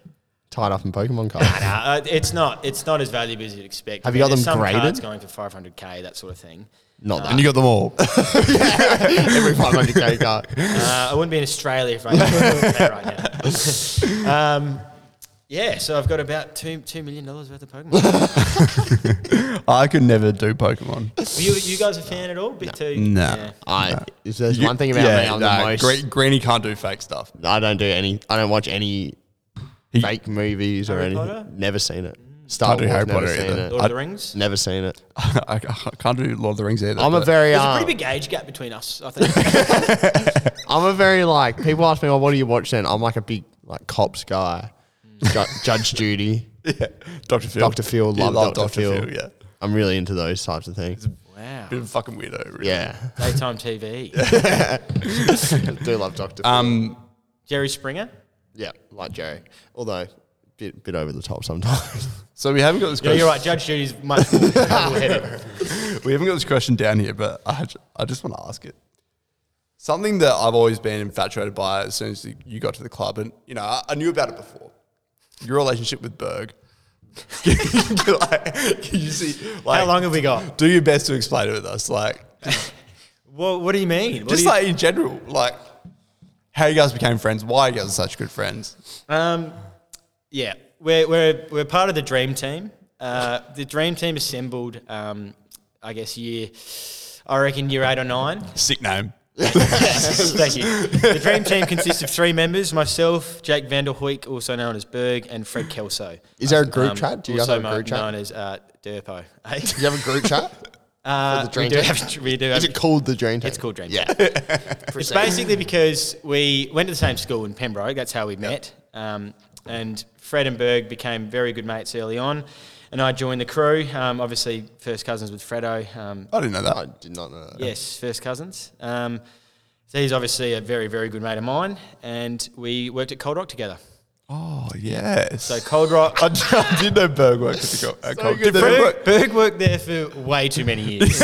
Speaker 2: tied up in Pokemon cards.
Speaker 4: Nah, uh, it's not. It's not as valuable as you'd expect.
Speaker 2: Have you got
Speaker 4: There's
Speaker 2: them
Speaker 4: some
Speaker 2: graded?
Speaker 4: Cards going for 500k, that sort of thing.
Speaker 2: Not that.
Speaker 1: And you got them all.
Speaker 2: every 500k card.
Speaker 4: Uh, I wouldn't be in Australia if I didn't do that right now. um, yeah, so I've got about two two million dollars worth of Pokemon.
Speaker 1: I could never do Pokemon.
Speaker 4: Were you, you guys a fan at all? Bit too.
Speaker 1: No.
Speaker 4: Yeah.
Speaker 2: I. If there's
Speaker 1: You-
Speaker 2: one thing about
Speaker 1: yeah,
Speaker 2: me, I'm
Speaker 1: nah,
Speaker 2: the most.
Speaker 1: Gre- Greenie can't do fake stuff.
Speaker 2: I don't do any. I don't watch any
Speaker 1: He-
Speaker 2: fake movies or
Speaker 4: Harry
Speaker 2: anything.
Speaker 4: Potter?
Speaker 2: Never seen it. Star
Speaker 1: Can't do
Speaker 2: Wars.
Speaker 1: Harry
Speaker 2: never
Speaker 1: Potter
Speaker 2: seen
Speaker 1: either.
Speaker 2: it.
Speaker 4: Lord of the
Speaker 1: I-
Speaker 4: Rings.
Speaker 2: Never seen it.
Speaker 1: I, I can't do Lord of the Rings either.
Speaker 2: I'm a
Speaker 1: but-
Speaker 2: very.
Speaker 4: There's a
Speaker 2: Um,
Speaker 4: pretty big age gap between us. I think.
Speaker 2: I'm a very like. People ask me, "Well, what do you watch?" Then I'm like a big like cops guy. Ju- Judge Judy.
Speaker 1: yeah. Dr. Phil.
Speaker 2: Dr. Phil,
Speaker 1: You
Speaker 2: love Dr. Phil.
Speaker 1: Yeah.
Speaker 2: I'm really into those types of things.
Speaker 4: wow.
Speaker 1: Bit of a fucking weirdo, really.
Speaker 2: Yeah,
Speaker 4: Daytime TV.
Speaker 2: I do love Doctor. Phil.
Speaker 1: Um,
Speaker 4: Jerry Springer.
Speaker 2: yeah, like Jerry. Although bit bit over the top sometimes.
Speaker 1: so we haven't got this
Speaker 4: Yeah,
Speaker 1: question.
Speaker 4: you're right. Judge Judy's much more level-headed.
Speaker 1: We haven't got this question down here, but I, ju- I just want to ask it. Something that I've always been infatuated by as soon as you got to the club, and you know, I, I knew about it before. Your relationship with Berg. like, you see, like,
Speaker 4: How long have we got?
Speaker 1: do your best to explain it with us, like
Speaker 4: What, what do you mean? What
Speaker 1: just
Speaker 4: do you-
Speaker 1: like in general, like how you guys became friends, why you guys are such good friends.
Speaker 4: Um, yeah, we're, we're, we're part of the dream team. Uh, the dream team assembled, um, I guess, year, I reckon year eight or nine.
Speaker 1: Sick name.
Speaker 4: Thank you. The dream team consists of three members myself, Jake Vanderhoek, also known as Berg, and Fred Kelso.
Speaker 2: Is there a group
Speaker 4: Um,
Speaker 2: chat? Do you guys
Speaker 4: also
Speaker 2: have a
Speaker 4: mo-
Speaker 2: group chat?
Speaker 4: known as uh, Derpo. eh?
Speaker 2: Do you have a group chat?
Speaker 4: Uh,
Speaker 2: the dream
Speaker 4: we do
Speaker 2: team?
Speaker 4: have, we do have
Speaker 2: Is it called the Dream Team?
Speaker 4: It's called Dream
Speaker 2: Yeah.
Speaker 4: It's basically because we went to the same school in Pembroke. That's how we met. Um, and Fred and Berg became very good mates early on. And I joined the crew. Um, obviously, first cousins with Fredo. Um,
Speaker 1: I didn't know
Speaker 2: I
Speaker 1: that.
Speaker 2: did not know that.
Speaker 4: yes, first cousins. Um, so he's obviously a very, very good mate of mine. And we worked at Cold Rock together.
Speaker 1: Oh yes.
Speaker 4: So Cold Rock.
Speaker 1: I, d- I did know Berg worked at the co- at co- Did Berg work-
Speaker 4: Berg, Berg worked there for way too many years.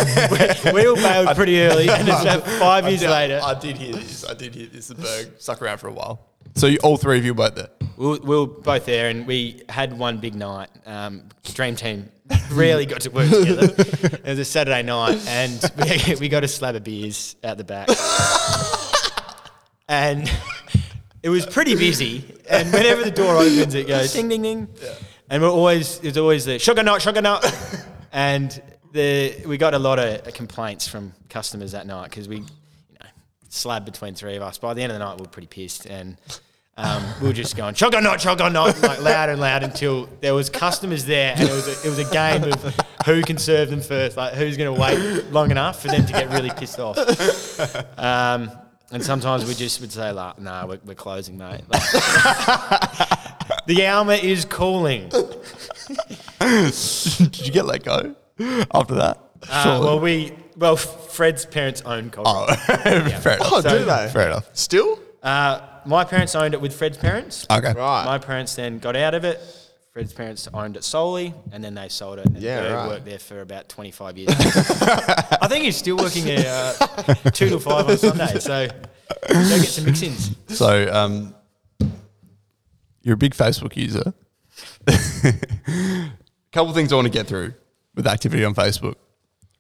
Speaker 4: we, we all bailed pretty early, and it's about five years
Speaker 1: I did,
Speaker 4: later.
Speaker 1: I did hear this. I did hear this. The Berg stuck around for a while. So you, all three of you were both there.
Speaker 4: We were, we were both there, and we had one big night. Um, dream team rarely got to work together. It was a Saturday night, and we, we got a slab of beers out the back, and it was pretty busy. And whenever the door opens, it goes ding ding ding, and we're always it's always the sugar nut sugar nut, and the we got a lot of uh, complaints from customers that night because we. you know Slab between three of us. By the end of the night, we were pretty pissed, and um, we were just going chug on not chug on not like loud and loud until there was customers there and it was a, it was a game of who can serve them first like who's going to wait long enough for them to get really pissed off um, and sometimes we just would say like nah we're, we're closing mate Like, the Alma is calling uh,
Speaker 1: did you get let go after that? Surely.
Speaker 4: Uh, well we well Fred's parents own Cold Rock.
Speaker 1: oh, fair enough.
Speaker 2: Oh, do they?
Speaker 1: Fair enough.
Speaker 2: Still?
Speaker 4: uh, my parents owned it with Fred's parents
Speaker 1: Okay.
Speaker 2: Right.
Speaker 4: My parents then got out of it. Fred's parents owned it solely, and then they sold it. And
Speaker 2: Yeah,
Speaker 4: Berg
Speaker 2: right.
Speaker 4: worked there for about 25 years. I think he's still working there uh, 2 to 5 on Sunday, so go get some mix-ins.
Speaker 1: So um, you're a big Facebook user. couple things I want to get through with activity on Facebook.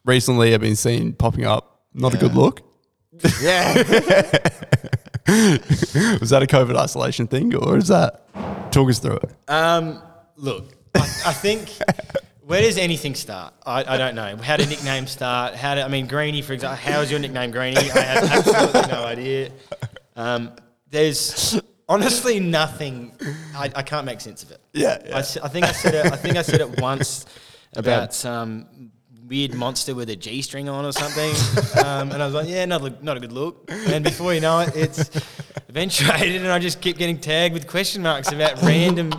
Speaker 1: Recently, I've been seen popping up. Not a good look.
Speaker 2: Yeah.
Speaker 1: Was that a COVID isolation thing, or is that talk us through it?
Speaker 4: Um, look, I, I think where does anything start? I, I don't know. How did nicknames start? How do I mean Greenie, for example? How is your nickname Greenie? I have absolutely no idea. Um, there's honestly nothing. I, I can't make sense of it.
Speaker 1: Yeah,
Speaker 4: I
Speaker 1: yeah.
Speaker 4: s- I, think I said it. I think I said it once about some weird monster with a G string on or something, um, and I was like, yeah, not a, not a good look. And before you know it, it's eventuated, and I just keep getting tagged with question marks about random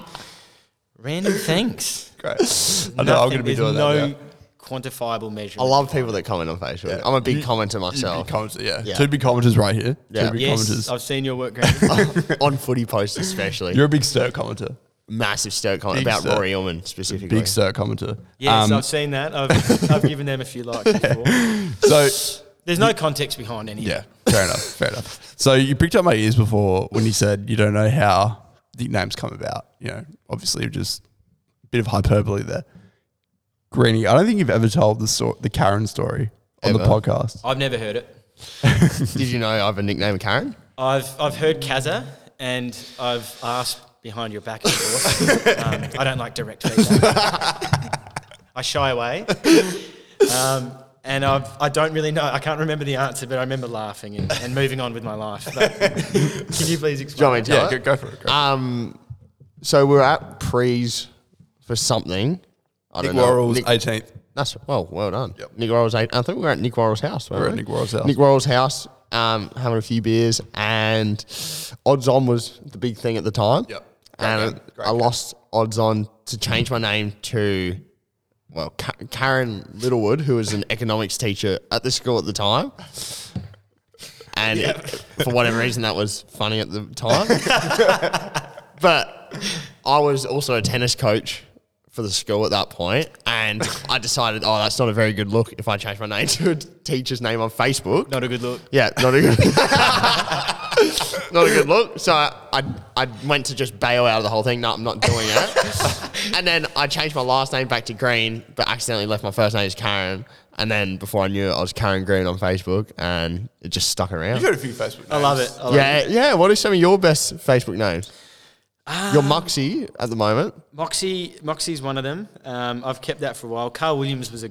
Speaker 4: random things.
Speaker 1: Great. I know I'm going to be doing
Speaker 4: no
Speaker 1: that. now.
Speaker 4: quantifiable measure.
Speaker 2: I love people that comment on facial. I'm a big commenter myself.
Speaker 1: Big comments, yeah.
Speaker 2: Yeah.
Speaker 1: Two big commenters right here.
Speaker 2: Yeah.
Speaker 1: Two big
Speaker 4: yes, Oh.
Speaker 1: commenters. Um,
Speaker 4: I've seen your work, Grant.
Speaker 2: on footy posts especially.
Speaker 1: You're a big stir commenter.
Speaker 2: massive stoke comment
Speaker 1: Big
Speaker 2: about
Speaker 1: stoke.
Speaker 2: Rory Ullman specifically.
Speaker 1: Big stir commenter.
Speaker 4: yes,
Speaker 1: Um,
Speaker 4: I've seen that. I've, I've given them a few likes before.
Speaker 1: so
Speaker 4: There's no context behind any. of
Speaker 1: Yeah,
Speaker 4: it.
Speaker 1: fair enough. Fair enough. So you picked up my ears before when you said you don't know how the names come about. You know, obviously just a bit of hyperbole there. Greeny, I don't think you've ever told the so- the Karen story on the
Speaker 2: Ever.
Speaker 1: podcast.
Speaker 4: I've never heard it.
Speaker 2: Did you know I have a nickname Karen?
Speaker 4: I've I've heard Kaza and I've asked behind your back and forth. um, I don't like direct feedback. I shy away. Um, and I've, I don't really know. I can't remember the answer, but I remember laughing and, and moving on with my life. But can you please
Speaker 2: Do you
Speaker 4: explain?
Speaker 2: want me to tell it?
Speaker 1: for it.
Speaker 2: Um, so we were at Prees for something. I
Speaker 1: Nick
Speaker 2: don't know.
Speaker 1: Worrell's
Speaker 2: Nick-
Speaker 1: 18th.
Speaker 2: That's well, well done.
Speaker 1: Yep.
Speaker 2: Nick Worrell's eight. I think we were at Nick Worrell's house. weren't
Speaker 1: We were at
Speaker 2: we?
Speaker 1: Nick Worrell's house.
Speaker 2: Nick Worrell's house. Um, having a few beers and odds on was the big thing at the time.
Speaker 1: Yep. Great
Speaker 2: And
Speaker 1: game. Great
Speaker 2: I
Speaker 1: game.
Speaker 2: lost odds on to change my name to well Ka- Karen Littlewood, who was an economics teacher at the school at the time. And for whatever reason, that was funny at the time. but I was also a tennis coach for the school at that point, and I decided, oh, that's not a very good look if I change my name to a teacher's name on Facebook.
Speaker 4: Not a good look.
Speaker 2: Yeah, not a good, not a good look. So I, I, I went to just bail out of the whole thing. No, I'm not doing it. and then I changed my last name back to Green, but accidentally left my first name as Karen. And then before I knew it, I was Karen Green on Facebook, and it just stuck around.
Speaker 1: You've got a few Facebook.
Speaker 4: I love it. I love
Speaker 2: Yeah,
Speaker 4: it.
Speaker 2: yeah. What are some of your best Facebook names? You're Muxie at the moment.
Speaker 4: Moxie, Moxie's one of them. Um, I've kept that for a while. Carl Williams was a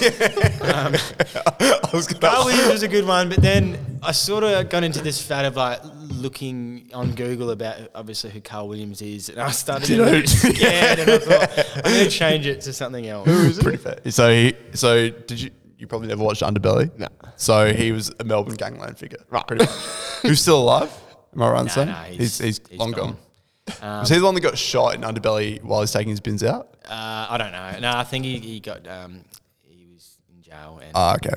Speaker 4: Um,
Speaker 1: I was gonna
Speaker 4: Carl Williams was a good one, but then I sort of got into this fad of like looking on Google about obviously who Carl Williams is, and I started
Speaker 1: You
Speaker 4: getting a
Speaker 1: know-
Speaker 4: bit scared, and I thought I'm going to change it to something else.
Speaker 1: pretty fair. So he, so did you? You probably never watched Underbelly.
Speaker 2: No.
Speaker 1: So he was a Melbourne gangland figure.
Speaker 2: Right.
Speaker 1: Pretty much. Who's still alive? Am I right in saying?
Speaker 4: nah,
Speaker 1: he's,
Speaker 4: he's-
Speaker 1: he's,
Speaker 4: he's
Speaker 1: long gone.
Speaker 4: gone.
Speaker 1: was he the one that got shot in Underbelly while he's taking his bins out?
Speaker 4: Uh, I don't know. No, I think he, he got um, he was in jail and
Speaker 1: Ah, okay.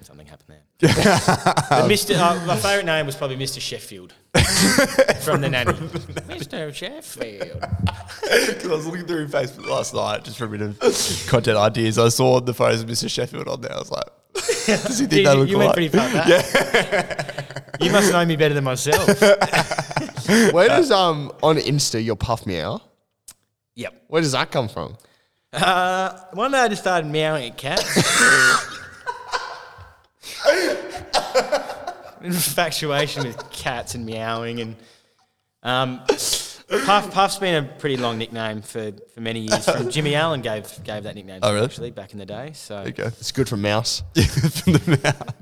Speaker 4: something happened there.
Speaker 1: Um,
Speaker 4: But Mr. Uh, my favourite name was probably Mr. Sheffield from the nanny. Mr. Sheffield.
Speaker 1: Because I was looking through Facebook last night just for a bit of content ideas. I saw the photos of Mr. Sheffield on there. I was like, does he think
Speaker 4: Dude,
Speaker 1: that
Speaker 4: you,
Speaker 1: look
Speaker 4: you went
Speaker 1: like?
Speaker 4: pretty far back. you must know me better than myself.
Speaker 2: Where does um on Insta your puff meow?
Speaker 4: yep.
Speaker 2: Where does that come from?
Speaker 4: Uh, one day I just started meowing at cats. Infatuation with cats and meowing and um, Puff. Puff's been a pretty long nickname for, for many years. From Jimmy Allen gave gave that nickname to
Speaker 1: Oh,
Speaker 4: me,
Speaker 1: really?
Speaker 4: actually back in the day. So
Speaker 1: Okay.
Speaker 2: It's good for mouse.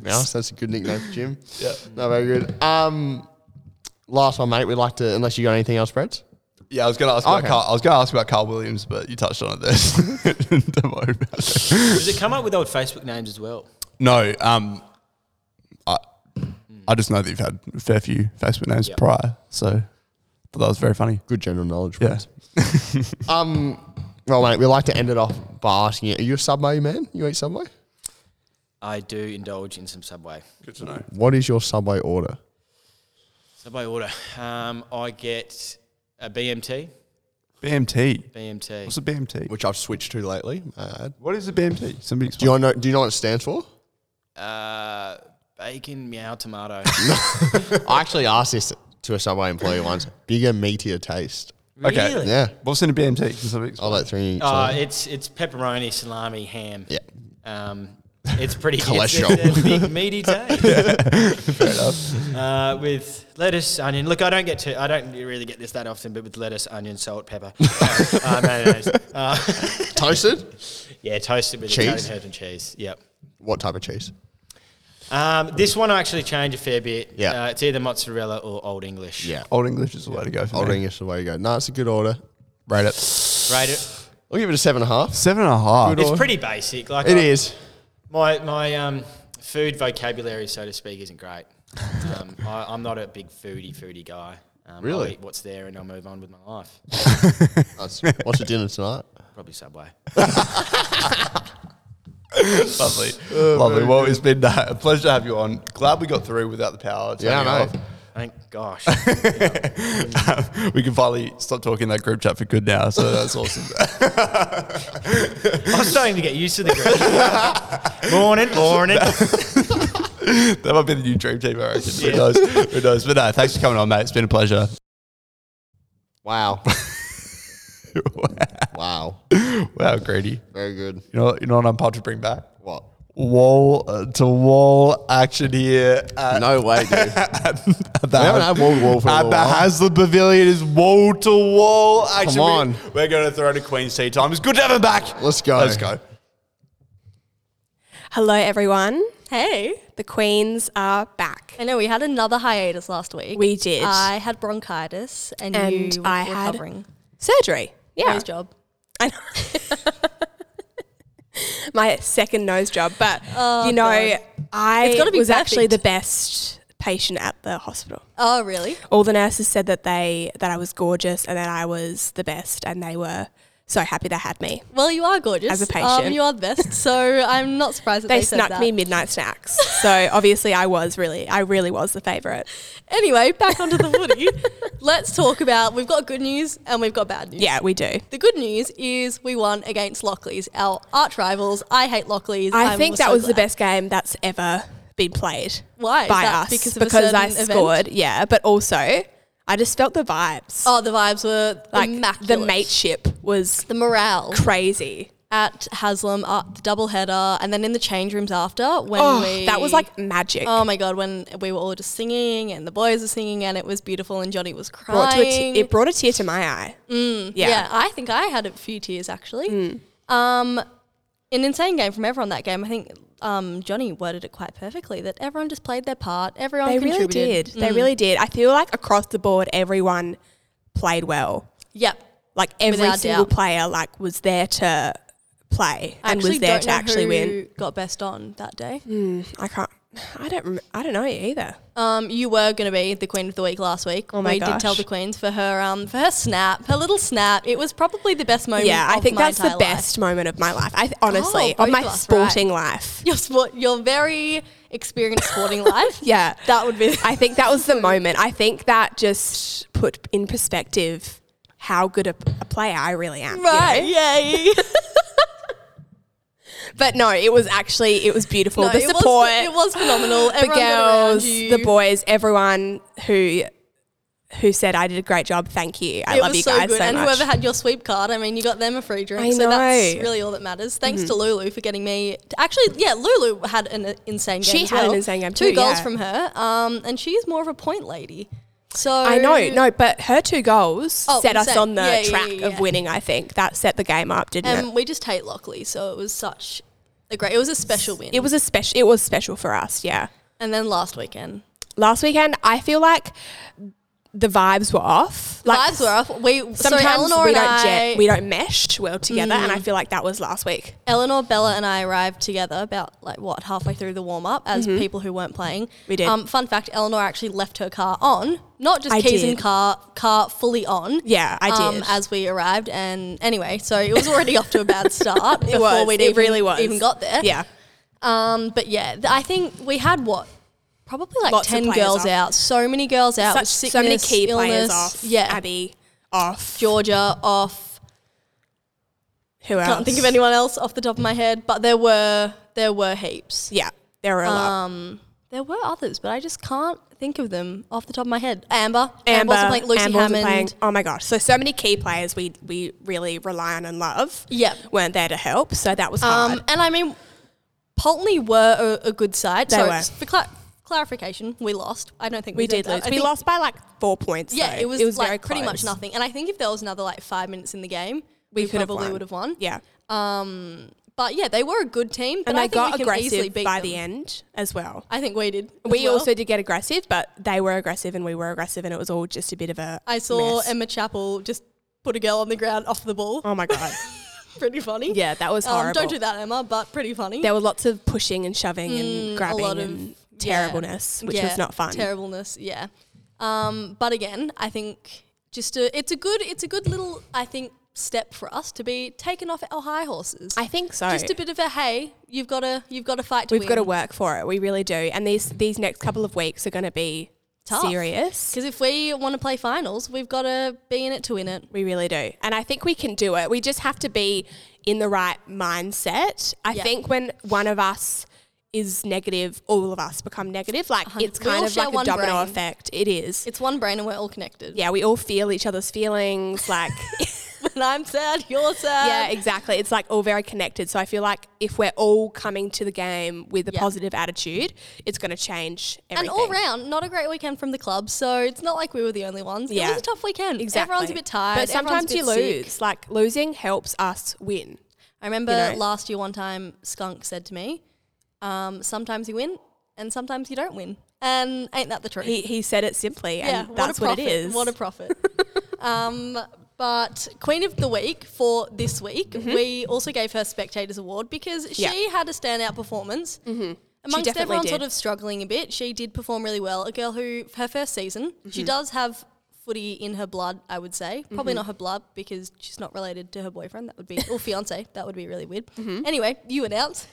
Speaker 2: Mouse, that's a good nickname for Jim.
Speaker 1: Yeah.
Speaker 2: No, very good. Um, last one, mate. We'd like to, unless you got anything else, Brett.
Speaker 1: Yeah, I was gonna ask about
Speaker 2: Okay.
Speaker 1: Carl, I was gonna ask about Carl Williams, but you touched on it there. Don't worry about it.
Speaker 4: does it come up with old Facebook names as well?
Speaker 1: No, um, I I just know that you've had a fair few Facebook names
Speaker 4: Yeah.
Speaker 1: prior, so but that was very funny.
Speaker 2: Good general knowledge.
Speaker 1: Yeah.
Speaker 2: Brett. Well, mate, we like to end it off by asking you: Are you a Subway man? You eat Subway?
Speaker 4: I do indulge in some Subway.
Speaker 1: Good to know.
Speaker 2: What is your Subway order?
Speaker 4: Subway order. Um, I get a BMT.
Speaker 1: BMT.
Speaker 4: BMT.
Speaker 1: What's a BMT?
Speaker 2: Which I've switched to lately. Uh, may I add.
Speaker 1: What is a BMT? Somebody
Speaker 2: Do you know? Do you know what it stands for?
Speaker 4: Uh, bacon, meow, tomato.
Speaker 2: I actually asked this to a Subway employee once. Bigger, meatier taste.
Speaker 1: Okay.
Speaker 4: Really?
Speaker 2: Yeah.
Speaker 1: What's in a BMT? Can somebody explain?
Speaker 2: I'll let three.
Speaker 4: Oh, it's it's pepperoni, salami, ham.
Speaker 2: Yeah.
Speaker 4: Um, it's pretty it's- It's,
Speaker 2: Cholesterol.
Speaker 4: a big meaty day. Uh, with lettuce, onion. Look, I don't get to. I don't really get this that often, but with lettuce, onion, salt, pepper, uh, mayonnaise. Uh,
Speaker 2: Toasted?
Speaker 4: yeah, toasted with
Speaker 2: Cheese?
Speaker 4: Italian herbs and cheese. Yep.
Speaker 2: What type of cheese?
Speaker 4: Um, this one I actually change a fair bit.
Speaker 2: Yeah.
Speaker 4: Uh, it's either mozzarella or Old English.
Speaker 1: Old English is the way to go for
Speaker 2: Old
Speaker 1: me.
Speaker 2: English is the way to go. No, it's a good order.
Speaker 1: Rate it.
Speaker 4: Rate it.
Speaker 2: I'll give it a seven and a half.
Speaker 1: Seven and a half.
Speaker 4: It's pretty basic. Like
Speaker 2: It
Speaker 4: I-
Speaker 2: is.
Speaker 4: My my um, food vocabulary, so to speak, isn't great. Um, I, I'm not a big foodie foodie guy. Um, I'll
Speaker 2: Really?
Speaker 4: eat what's there, and I'll move on with my life.
Speaker 2: That's- What's your dinner tonight?
Speaker 4: Probably Subway.
Speaker 1: Lovely.
Speaker 2: Oh,
Speaker 1: Lovely. Well, it's been uh, a pleasure to have you on. Glad we got through without the power.
Speaker 2: Yeah, I
Speaker 1: turning
Speaker 2: know.
Speaker 4: Thank gosh.
Speaker 1: off. we can finally stop talking in that group chat for good now. So that's awesome.
Speaker 4: I'm starting to get used to the group. morning, morning.
Speaker 1: that might be the new dream team, I reckon. Who
Speaker 4: Yeah.
Speaker 1: knows? Who knows? But no, thanks for coming on, mate. It's been a pleasure.
Speaker 2: Wow. wow.
Speaker 1: wow, greedy.
Speaker 2: Very good.
Speaker 1: You know, you know what I'm about to bring back?
Speaker 2: What?
Speaker 1: Wall uh, to wall action here at
Speaker 2: No way, dude.
Speaker 1: at the,
Speaker 2: We haven't had wall to wall for a
Speaker 1: at
Speaker 2: little
Speaker 1: the
Speaker 2: while.
Speaker 1: Haslam Pavilion is wall to wall action. We-
Speaker 2: on.
Speaker 1: We're going to throw to Queen's tea time. It's good to have him back.
Speaker 2: Let's go.
Speaker 1: Let's go.
Speaker 5: Hello, everyone.
Speaker 6: Hey,
Speaker 5: The Queens are back.
Speaker 6: I know we had another hiatus last week.
Speaker 5: We did.
Speaker 6: I had bronchitis, and,
Speaker 5: And
Speaker 6: you
Speaker 5: I
Speaker 6: were
Speaker 5: had-
Speaker 6: covering.
Speaker 5: Surgery. Yeah.
Speaker 6: Nose job.
Speaker 5: I know. My second nose job. But, you know, I
Speaker 6: Oh, It's gotta be
Speaker 5: was actually the
Speaker 6: perfect.
Speaker 5: best patient at the hospital.
Speaker 6: Oh, really?
Speaker 5: All the nurses said that they that I was gorgeous and that I was the best and they were so happy they had me.
Speaker 6: Well, you are gorgeous.
Speaker 5: As a
Speaker 6: um,
Speaker 5: patient.
Speaker 6: you are the best. So I'm not surprised that
Speaker 5: They,
Speaker 6: they, said
Speaker 5: snuck
Speaker 6: that.
Speaker 5: me midnight snacks. so obviously I was really I really was the favorite.
Speaker 6: Anyway, back onto the Woody. Let's talk about we've got good news and we've got bad news.
Speaker 5: Yeah, we do.
Speaker 6: The good news is we won against Lockleys, our arch rivals. I hate Lockleys.
Speaker 5: I
Speaker 6: I'm
Speaker 5: think that
Speaker 6: so
Speaker 5: was the
Speaker 6: glad.
Speaker 5: best game that's ever been played.
Speaker 6: Why? Is
Speaker 5: By
Speaker 6: that
Speaker 5: us.
Speaker 6: because
Speaker 5: Because,
Speaker 6: of a
Speaker 5: I
Speaker 6: certain event?
Speaker 5: scored, yeah. But also, I just felt the vibes.
Speaker 6: Oh, the vibes were
Speaker 5: like
Speaker 6: immaculate.
Speaker 5: the mateship was
Speaker 6: the morale.
Speaker 5: crazy.
Speaker 6: at Haslam, uh, the double header, and then in the change rooms after when we
Speaker 5: Oh, that was like magic.
Speaker 6: oh my god when we were all just singing and the boys were singing and it was beautiful and Johnny was crying.
Speaker 5: brought to a te- it brought a tear to my eye. Mm,
Speaker 6: yeah. I think I had a few tears actually.
Speaker 5: Hmm.
Speaker 6: Um, an insane game from everyone that game. I think um, Johnny worded it quite perfectly that everyone just played their part. Everyone
Speaker 5: They really
Speaker 6: contributed. Hmm.
Speaker 5: did. They really did. I feel like across the board, everyone played well.
Speaker 6: Yep.
Speaker 5: Like every
Speaker 6: Without
Speaker 5: single
Speaker 6: doubt.
Speaker 5: player, like was there to play
Speaker 6: I
Speaker 5: and
Speaker 6: actually
Speaker 5: was there
Speaker 6: don't
Speaker 5: to
Speaker 6: know
Speaker 5: actually
Speaker 6: who
Speaker 5: win.
Speaker 6: Got best on that day.
Speaker 5: I can't. I don't. Rem- I don't know either.
Speaker 6: Um, you were going to be the queen of the week last week.
Speaker 5: Oh my
Speaker 6: we did
Speaker 5: gosh.
Speaker 6: tell the queens for her um for her snap, her little snap. It was probably the best moment.
Speaker 5: yeah, I
Speaker 6: of
Speaker 5: think
Speaker 6: my
Speaker 5: that's the
Speaker 6: entire life. Oh,
Speaker 5: best moment of my life. I th- honestly,
Speaker 6: both
Speaker 5: of my
Speaker 6: of us, right.
Speaker 5: sporting life.
Speaker 6: Your sport, your very experienced sporting life.
Speaker 5: Yeah,
Speaker 6: that would be.
Speaker 5: I think that was the moment. I think that just put in perspective how good a, a player I really am. you know?
Speaker 6: right. Yay!
Speaker 5: But no, it was actually it was beautiful.
Speaker 6: No,
Speaker 5: the
Speaker 6: it was-
Speaker 5: support,
Speaker 6: it was phenomenal.
Speaker 5: the
Speaker 6: Everyone got around
Speaker 5: girls,
Speaker 6: you.
Speaker 5: the boys, everyone who who said I did a great job. Thank you. I
Speaker 6: it
Speaker 5: love
Speaker 6: was
Speaker 5: you
Speaker 6: so
Speaker 5: guys
Speaker 6: good.
Speaker 5: so
Speaker 6: and
Speaker 5: much.
Speaker 6: whoever had your sweep card, I mean, you got them a free drink.
Speaker 5: I
Speaker 6: so that's
Speaker 5: know. Mm-hmm.
Speaker 6: really all that matters. Thanks to Lulu for getting me. To, actually, yeah, Lulu had an uh, insane game.
Speaker 5: She
Speaker 6: as
Speaker 5: had an
Speaker 6: well.
Speaker 5: insane game
Speaker 6: Two
Speaker 5: too,
Speaker 6: goals
Speaker 5: yeah.
Speaker 6: from her. Um, and she's more of a point lady. So
Speaker 5: I know, no, but her two goals
Speaker 6: Oh,
Speaker 5: set us
Speaker 6: insane.
Speaker 5: on the
Speaker 6: Yeah, yeah,
Speaker 5: track
Speaker 6: yeah, yeah. Um,
Speaker 5: of winning. I think that set the game up, didn't
Speaker 6: And
Speaker 5: it?
Speaker 6: we just hate Lockley, so it was such a great. It was a special win.
Speaker 5: It was a special. It was special for us. Yeah.
Speaker 6: and then last weekend,
Speaker 5: Last weekend, I feel like the vibes were off. Like
Speaker 6: vibes were off. We
Speaker 5: Sometimes
Speaker 6: so Eleanor
Speaker 5: we
Speaker 6: and
Speaker 5: don't
Speaker 6: I, Mm.
Speaker 5: jet, we don't meshed well together, and I feel like that was last week.
Speaker 6: Eleanor, Bella, and I arrived together about like what halfway through the warm up as people who weren't playing.
Speaker 5: Mm-hmm. We did.
Speaker 6: Um, fun fact: Eleanor actually left her car on, not just
Speaker 5: I
Speaker 6: keys and
Speaker 5: did.
Speaker 6: car, car fully on. um,
Speaker 5: Yeah, I did.
Speaker 6: as we arrived, and anyway, so it was already off to a bad start before
Speaker 5: was.
Speaker 6: we'd
Speaker 5: It
Speaker 6: even,
Speaker 5: really was.
Speaker 6: even got there.
Speaker 5: Yeah,
Speaker 6: Um, but yeah, th- I think we had what probably like
Speaker 5: Lots of
Speaker 6: ten
Speaker 5: players
Speaker 6: girls
Speaker 5: off.
Speaker 6: out. So many girls out.
Speaker 5: such
Speaker 6: with sickness,
Speaker 5: so many key
Speaker 6: illness.
Speaker 5: players off.
Speaker 6: Yeah,
Speaker 5: Abby off.
Speaker 6: Georgia off.
Speaker 5: Who else?
Speaker 6: Can't think of anyone else off the top of my head, but there were there were heaps.
Speaker 5: Yeah, they were a lot.
Speaker 6: Um, There were others, but I just can't think of them off the top of my head. Amber,
Speaker 5: Amber,
Speaker 6: Amber's playing Lucy
Speaker 5: Amber wasn't
Speaker 6: Hammond.
Speaker 5: playing. Oh my gosh! So so many key players we we really rely on and love.
Speaker 6: Yep.
Speaker 5: weren't there to help, so that was hard.
Speaker 6: Um, and I mean, Pulteney were a, a good side.
Speaker 5: They
Speaker 6: so
Speaker 5: were.
Speaker 6: for cla- clarification, we lost. I don't think we,
Speaker 5: we did
Speaker 6: that.
Speaker 5: lose.
Speaker 6: I
Speaker 5: We
Speaker 6: think-
Speaker 5: lost by like four points.
Speaker 6: Yeah,
Speaker 5: so
Speaker 6: it was, like
Speaker 5: very
Speaker 6: pretty much
Speaker 5: close.
Speaker 6: nothing. And I think if there was another like five minutes in the game,
Speaker 5: We
Speaker 6: we,
Speaker 5: could have
Speaker 6: probably
Speaker 5: won.
Speaker 6: would have won.
Speaker 5: Yeah,
Speaker 6: Um, but but yeah, they were a good team, but
Speaker 5: and
Speaker 6: I
Speaker 5: they
Speaker 6: think we
Speaker 5: got
Speaker 6: can easily
Speaker 5: aggressive
Speaker 6: beat
Speaker 5: by
Speaker 6: them.
Speaker 5: the end as well.
Speaker 6: I think we did. as
Speaker 5: we
Speaker 6: well.
Speaker 5: also did get aggressive, but they were aggressive and we were aggressive, and it was all just a bit of a.
Speaker 6: I saw
Speaker 5: mess.
Speaker 6: Emma Chappell just put a girl on the ground off the ball.
Speaker 5: Oh my god!
Speaker 6: pretty funny.
Speaker 5: Yeah, that was
Speaker 6: Um,
Speaker 5: horrible.
Speaker 6: don't do that, Emma. But pretty funny.
Speaker 5: There were lots of pushing and shoving
Speaker 6: Mm,
Speaker 5: and
Speaker 6: a
Speaker 5: grabbing
Speaker 6: lot of-
Speaker 5: and
Speaker 6: yeah.
Speaker 5: terribleness, which
Speaker 6: Yeah,
Speaker 5: was not fun.
Speaker 6: Terribleness, yeah. Um, but again, I think just a, it's a good it's a good little I think step for us to be taken off our high horses.
Speaker 5: I think so.
Speaker 6: just a bit of a hey, you've got to you've got to fight to
Speaker 5: We've got to work for it. We really do. And these these next couple of weeks are going to be
Speaker 6: Tough.
Speaker 5: serious.
Speaker 6: because if we want to play finals, we've got to be in it to win it.
Speaker 5: We really do. And I think we can do it. We just have to be in the right mindset. I
Speaker 6: Yeah.
Speaker 5: think when one of us is negative, all of us become negative. Like it's
Speaker 6: We all
Speaker 5: kind of
Speaker 6: share
Speaker 5: like a
Speaker 6: one
Speaker 5: domino
Speaker 6: brain.
Speaker 5: effect. It is.
Speaker 6: It's one brain and we're all connected.
Speaker 5: yeah, we all feel each other's feelings. Like,
Speaker 6: when I'm sad, you're sad.
Speaker 5: yeah, exactly. It's like all very connected. So I feel like if we're all coming to the game with a
Speaker 6: Yeah.
Speaker 5: positive attitude, it's going to change
Speaker 6: And
Speaker 5: everything.
Speaker 6: all round, not a great weekend from the club, so it's not like we were the only ones.
Speaker 5: Yeah.
Speaker 6: It was a tough weekend.
Speaker 5: Exactly.
Speaker 6: Everyone's a bit tired.
Speaker 5: But
Speaker 6: everyone's
Speaker 5: sometimes
Speaker 6: a
Speaker 5: you
Speaker 6: bit sick.
Speaker 5: lose. Like losing helps us win.
Speaker 6: I remember
Speaker 5: you know?
Speaker 6: last year one time Skunk said to me, um, sometimes you win and sometimes you don't win. And ain't that the truth?
Speaker 5: He, he said it simply,
Speaker 6: yeah,
Speaker 5: and that's what,
Speaker 6: what, a profit.
Speaker 5: it is.
Speaker 6: What a profit. um, but Queen of the Week for this week, we also gave her Spectators Award because she
Speaker 5: Mm-hmm. Yeah.
Speaker 6: had a standout performance. Mm-hmm. Amongst
Speaker 5: definitely
Speaker 6: everyone
Speaker 5: did.
Speaker 6: sort of struggling a bit, she did perform really well. A girl who, her first season,
Speaker 5: Mm-hmm.
Speaker 6: she does have footy in her blood, I would say. Probably not her blood because she's not related to her boyfriend. That would be, or fiance. That would be really weird.
Speaker 5: Mm-hmm.
Speaker 6: Anyway, you announce.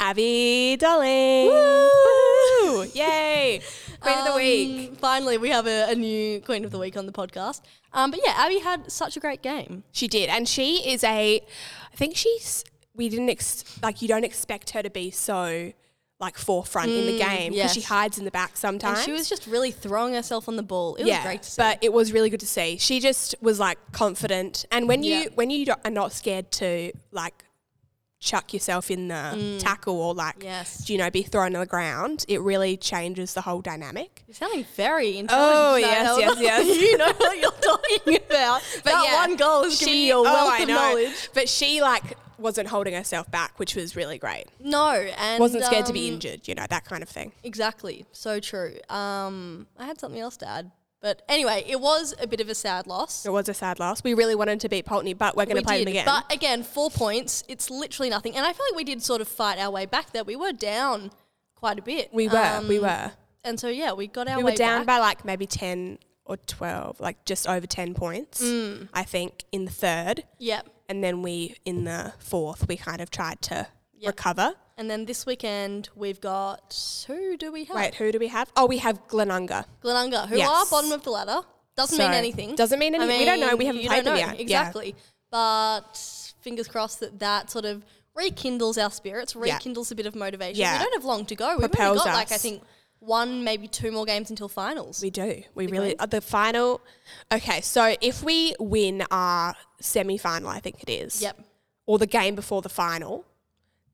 Speaker 5: Abby Dolling. Woo! Yay! Queen of the week.
Speaker 6: Um, Finally, we have a, a new Queen of the Week on the podcast. Um, but yeah, Abby had such a great game.
Speaker 5: She did, and she is a. I think she's. We didn't ex- like. You don't expect her to be so like forefront in the game because she
Speaker 6: Mm, yes.
Speaker 5: hides in the back sometimes.
Speaker 6: And she was just really throwing herself on the ball. It was great to see.
Speaker 5: but it was really good to see. She just was like confident, and when you
Speaker 6: Yeah.
Speaker 5: when you do- are not scared to like chuck yourself in the tackle or like
Speaker 6: Mm. Yes.
Speaker 5: you know be thrown on the ground, it really changes the whole dynamic.
Speaker 6: You're sounding very intelligent.
Speaker 5: Oh,
Speaker 6: Zaid.
Speaker 5: yes,
Speaker 6: Hold
Speaker 5: yes,
Speaker 6: on.
Speaker 5: yes.
Speaker 6: you know what you're talking about. But that one goal is giving
Speaker 5: She-
Speaker 6: you a
Speaker 5: oh,
Speaker 6: wealth
Speaker 5: I
Speaker 6: of
Speaker 5: know.
Speaker 6: knowledge.
Speaker 5: But she like wasn't holding herself back, which was really great.
Speaker 6: No, and
Speaker 5: Wasn't scared to be
Speaker 6: um,
Speaker 5: injured, you know that kind of thing.
Speaker 6: Exactly. So true. Um, I had something else to add, but anyway, it was a bit of a sad loss.
Speaker 5: It was a sad loss. We really wanted to beat Pulteney, but we're going to
Speaker 6: We
Speaker 5: play
Speaker 6: did,
Speaker 5: them again.
Speaker 6: But again, four points, it's literally nothing. And I feel like we did sort of fight our way back there. We were down quite a bit.
Speaker 5: we were, we
Speaker 6: Um,
Speaker 5: were.
Speaker 6: And so, yeah, we got our
Speaker 5: We
Speaker 6: way
Speaker 5: were down
Speaker 6: back.
Speaker 5: by like maybe 10 or 12, like just over 10 points, I think, in the third.
Speaker 6: Yep.
Speaker 5: And then we, in the fourth, we kind of tried to recover.
Speaker 6: And then this weekend, we've got who do we have?
Speaker 5: Wait, who do we have? Oh, we have Glenunga.
Speaker 6: Glenunga, who
Speaker 5: Yes.
Speaker 6: are bottom of the ladder. Doesn't
Speaker 5: So,
Speaker 6: mean anything.
Speaker 5: doesn't mean any- we don't know, we haven't
Speaker 6: you
Speaker 5: played
Speaker 6: don't
Speaker 5: them
Speaker 6: know,
Speaker 5: yet, yeah.
Speaker 6: Exactly. But fingers crossed that that sort of rekindles our spirits,
Speaker 5: Yeah.
Speaker 6: rekindles a bit of motivation.
Speaker 5: Yeah.
Speaker 6: We don't have long to go. We've only
Speaker 5: Propels
Speaker 6: got like I
Speaker 5: us.
Speaker 6: think one, maybe two more games until finals.
Speaker 5: We do. We really, uh, the final. Okay, so if we win our semi final, I think it is,
Speaker 6: yep.
Speaker 5: or the game before the final,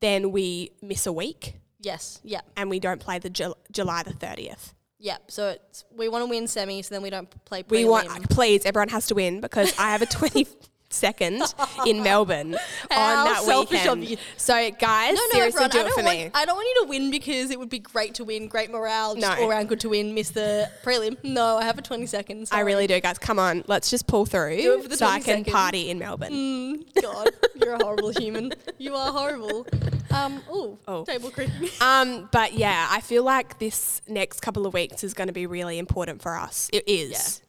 Speaker 5: then we miss a week
Speaker 6: Yes. Yep.
Speaker 5: and we don't play the Jul July the 30th.
Speaker 6: Yep. So it's we want to win semi, so then we don't play.
Speaker 5: We
Speaker 6: prelim.
Speaker 5: want, please, everyone has to win because I have a 22nd in Melbourne
Speaker 6: How
Speaker 5: on that
Speaker 6: selfish of
Speaker 5: weekend.
Speaker 6: you.
Speaker 5: So, guys,
Speaker 6: No, no,
Speaker 5: seriously,
Speaker 6: everyone,
Speaker 5: do
Speaker 6: I
Speaker 5: it
Speaker 6: don't
Speaker 5: for
Speaker 6: want,
Speaker 5: me.
Speaker 6: I don't want you to win because it would be great to win, great morale, just
Speaker 5: No.
Speaker 6: all around good to win, miss the prelim. No, I have a 20 seconds.
Speaker 5: I really do, guys. Come on, let's just pull through
Speaker 6: Do it for the Mm.
Speaker 5: so I can
Speaker 6: 22nd.
Speaker 5: party in Melbourne.
Speaker 6: God, you're a horrible human. You are horrible. Um, ooh,
Speaker 5: Oh.
Speaker 6: table creep.
Speaker 5: Um, but yeah, I feel like this next couple of weeks is going to be really important for us. It is.
Speaker 6: yeah.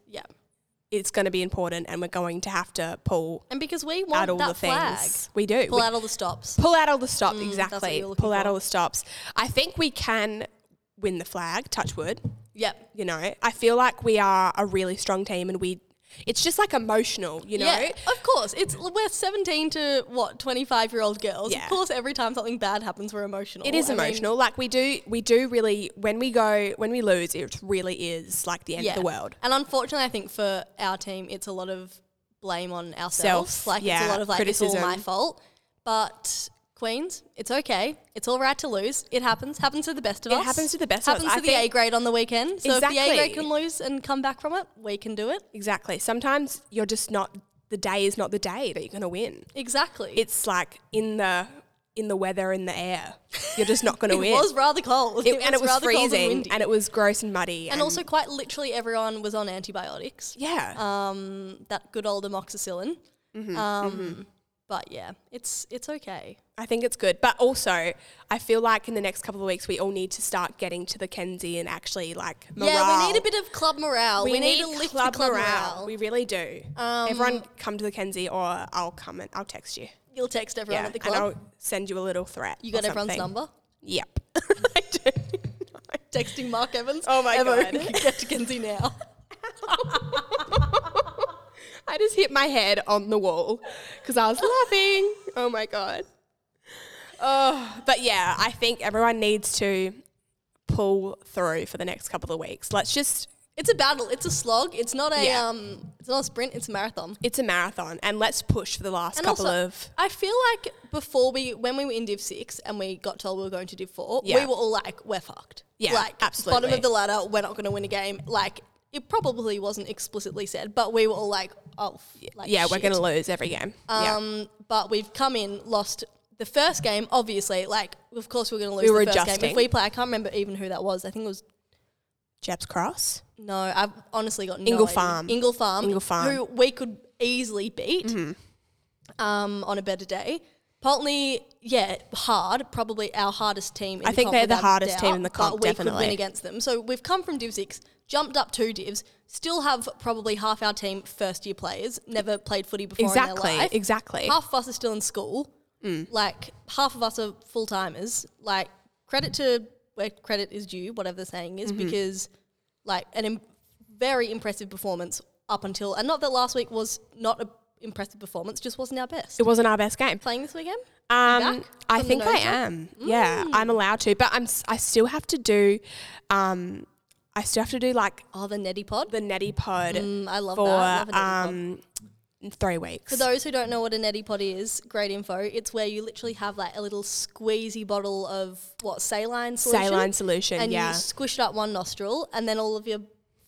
Speaker 5: It's going to be important, and we're going to have to pull
Speaker 6: And because we want
Speaker 5: out all
Speaker 6: that
Speaker 5: the
Speaker 6: flag,
Speaker 5: things. We do.
Speaker 6: pull
Speaker 5: We-
Speaker 6: out all the stops.
Speaker 5: pull out all the stops
Speaker 6: Mm, that's what
Speaker 5: exactly
Speaker 6: you're looking
Speaker 5: pull out
Speaker 6: for.
Speaker 5: all the stops i think we can win the flag touch wood
Speaker 6: Yep.
Speaker 5: you know i feel like we are a really strong team and we It's just like emotional, you know?
Speaker 6: Yeah, of course. It's we're seventeen to what twenty five year old girls.
Speaker 5: Yeah.
Speaker 6: Of course, every time something bad happens, we're emotional.
Speaker 5: It is
Speaker 6: I mean,
Speaker 5: emotional. like we do, we do really when we go when we lose, it really is like the end of the world.
Speaker 6: And unfortunately, I think for our team, it's a lot of blame on ourselves.
Speaker 5: Self,
Speaker 6: like it's
Speaker 5: yeah,
Speaker 6: a lot of like it's all my
Speaker 5: criticism.
Speaker 6: fault. But Queens, it's okay. It's all right to lose. It happens. Happens to the best of
Speaker 5: It
Speaker 6: us.
Speaker 5: happens to the best of us.
Speaker 6: happens
Speaker 5: I
Speaker 6: to the A
Speaker 5: think-
Speaker 6: grade on the weekend. So if the A grade
Speaker 5: Exactly.
Speaker 6: can lose and come back from it, we can do it.
Speaker 5: Exactly. Sometimes you're just not the day is not the day that you're going to win.
Speaker 6: Exactly.
Speaker 5: It's like in the in the weather in the air. You're just not going
Speaker 6: it
Speaker 5: to win.
Speaker 6: was rather cold.
Speaker 5: It- and it was
Speaker 6: rather cold and
Speaker 5: freezing
Speaker 6: windy.
Speaker 5: and, it was gross and muddy
Speaker 6: and also quite literally everyone was on antibiotics.
Speaker 5: yeah.
Speaker 6: Um, that good old amoxicillin.
Speaker 5: Mm-hmm.
Speaker 6: um, But yeah, it's it's okay.
Speaker 5: I think it's good. But also, I feel like in the next couple of weeks, we all need to start getting to the Kenzie and actually like morale.
Speaker 6: Yeah, we need a bit of club morale. We, need, to lift the club morale. Um,
Speaker 5: We really do. Everyone come to the Kenzie or I'll come and I'll text you.
Speaker 6: You'll text everyone
Speaker 5: Yeah.
Speaker 6: at the
Speaker 5: And I'll
Speaker 6: club.
Speaker 5: send you a little threat.
Speaker 6: You
Speaker 5: or
Speaker 6: got everyone's
Speaker 5: something.
Speaker 6: number.
Speaker 5: Yep. I do.
Speaker 6: Texting Mark Evans.
Speaker 5: Oh my
Speaker 6: Evo,
Speaker 5: God.
Speaker 6: Get to Kenzie now.
Speaker 5: I just hit my head on the wall because I was laughing. Oh my god. Oh, but yeah, I think everyone needs to pull through for the next couple of weeks. Let's just
Speaker 6: It's a battle. It's a slog. It's not a
Speaker 5: Yeah.
Speaker 6: um. It's not a sprint. It's a marathon.
Speaker 5: it's a marathon and let's push for the last couple of
Speaker 6: I feel like before we, when we were in Div Six and we got told we were going to Div Four, we
Speaker 5: Yeah.
Speaker 6: were all like, "We're fucked."
Speaker 5: Yeah,
Speaker 6: like Bottom
Speaker 5: absolutely.
Speaker 6: of the ladder. We're not going to win a game. Like it probably wasn't explicitly said, but we were all like, "Oh, f- like,
Speaker 5: yeah, we're
Speaker 6: shit."
Speaker 5: gonna lose every game. yeah.
Speaker 6: Um, but we've come in, lost the first game, obviously. Like, of course, we're going to lose
Speaker 5: We were
Speaker 6: the first game.
Speaker 5: adjusting.
Speaker 6: If we play, I can't remember even who that was. I think it was,
Speaker 5: Jeb's Cross.
Speaker 6: no, I've honestly got no
Speaker 5: Ingle
Speaker 6: idea.
Speaker 5: Farm.
Speaker 6: Ingle Farm.
Speaker 5: Ingle Farm. Mm-hmm.
Speaker 6: Who we could easily beat um, on a better day. Pulteney, yeah, hard, probably our hardest team. In
Speaker 5: I
Speaker 6: the
Speaker 5: think
Speaker 6: comp
Speaker 5: they're the
Speaker 6: without a
Speaker 5: hardest
Speaker 6: doubt,
Speaker 5: team in the comp,
Speaker 6: but we could win
Speaker 5: definitely.
Speaker 6: against them. So we've come from Div Six, jumped up two divs, still have probably half our team first year players, never played footy before in
Speaker 5: Exactly,
Speaker 6: their life.
Speaker 5: exactly. Mm.
Speaker 6: Half of us are still in school. Like half of us are full timers. Like credit to where credit is due, whatever the saying is,
Speaker 5: Mm-hmm.
Speaker 6: because like an Im- very impressive performance up until, and not that last week was not a impressive performance, just wasn't our best.
Speaker 5: It wasn't our best game.
Speaker 6: Playing this weekend,
Speaker 5: Um,
Speaker 6: back
Speaker 5: I
Speaker 6: from the
Speaker 5: think I
Speaker 6: nose up? Mm.
Speaker 5: am. Yeah, I'm allowed to, but I'm. s- I still have to do. Um, I still have to do like
Speaker 6: oh the Netty Pod.
Speaker 5: the neti pod
Speaker 6: Mm, I love
Speaker 5: for
Speaker 6: that. I love a neti pod.
Speaker 5: um three weeks.
Speaker 6: For those who don't know what a neti pot is, great info. It's where you literally have like a little squeezy bottle of what saline solution.
Speaker 5: Saline solution,
Speaker 6: and
Speaker 5: yeah.
Speaker 6: you squish it up one nostril, and then all of your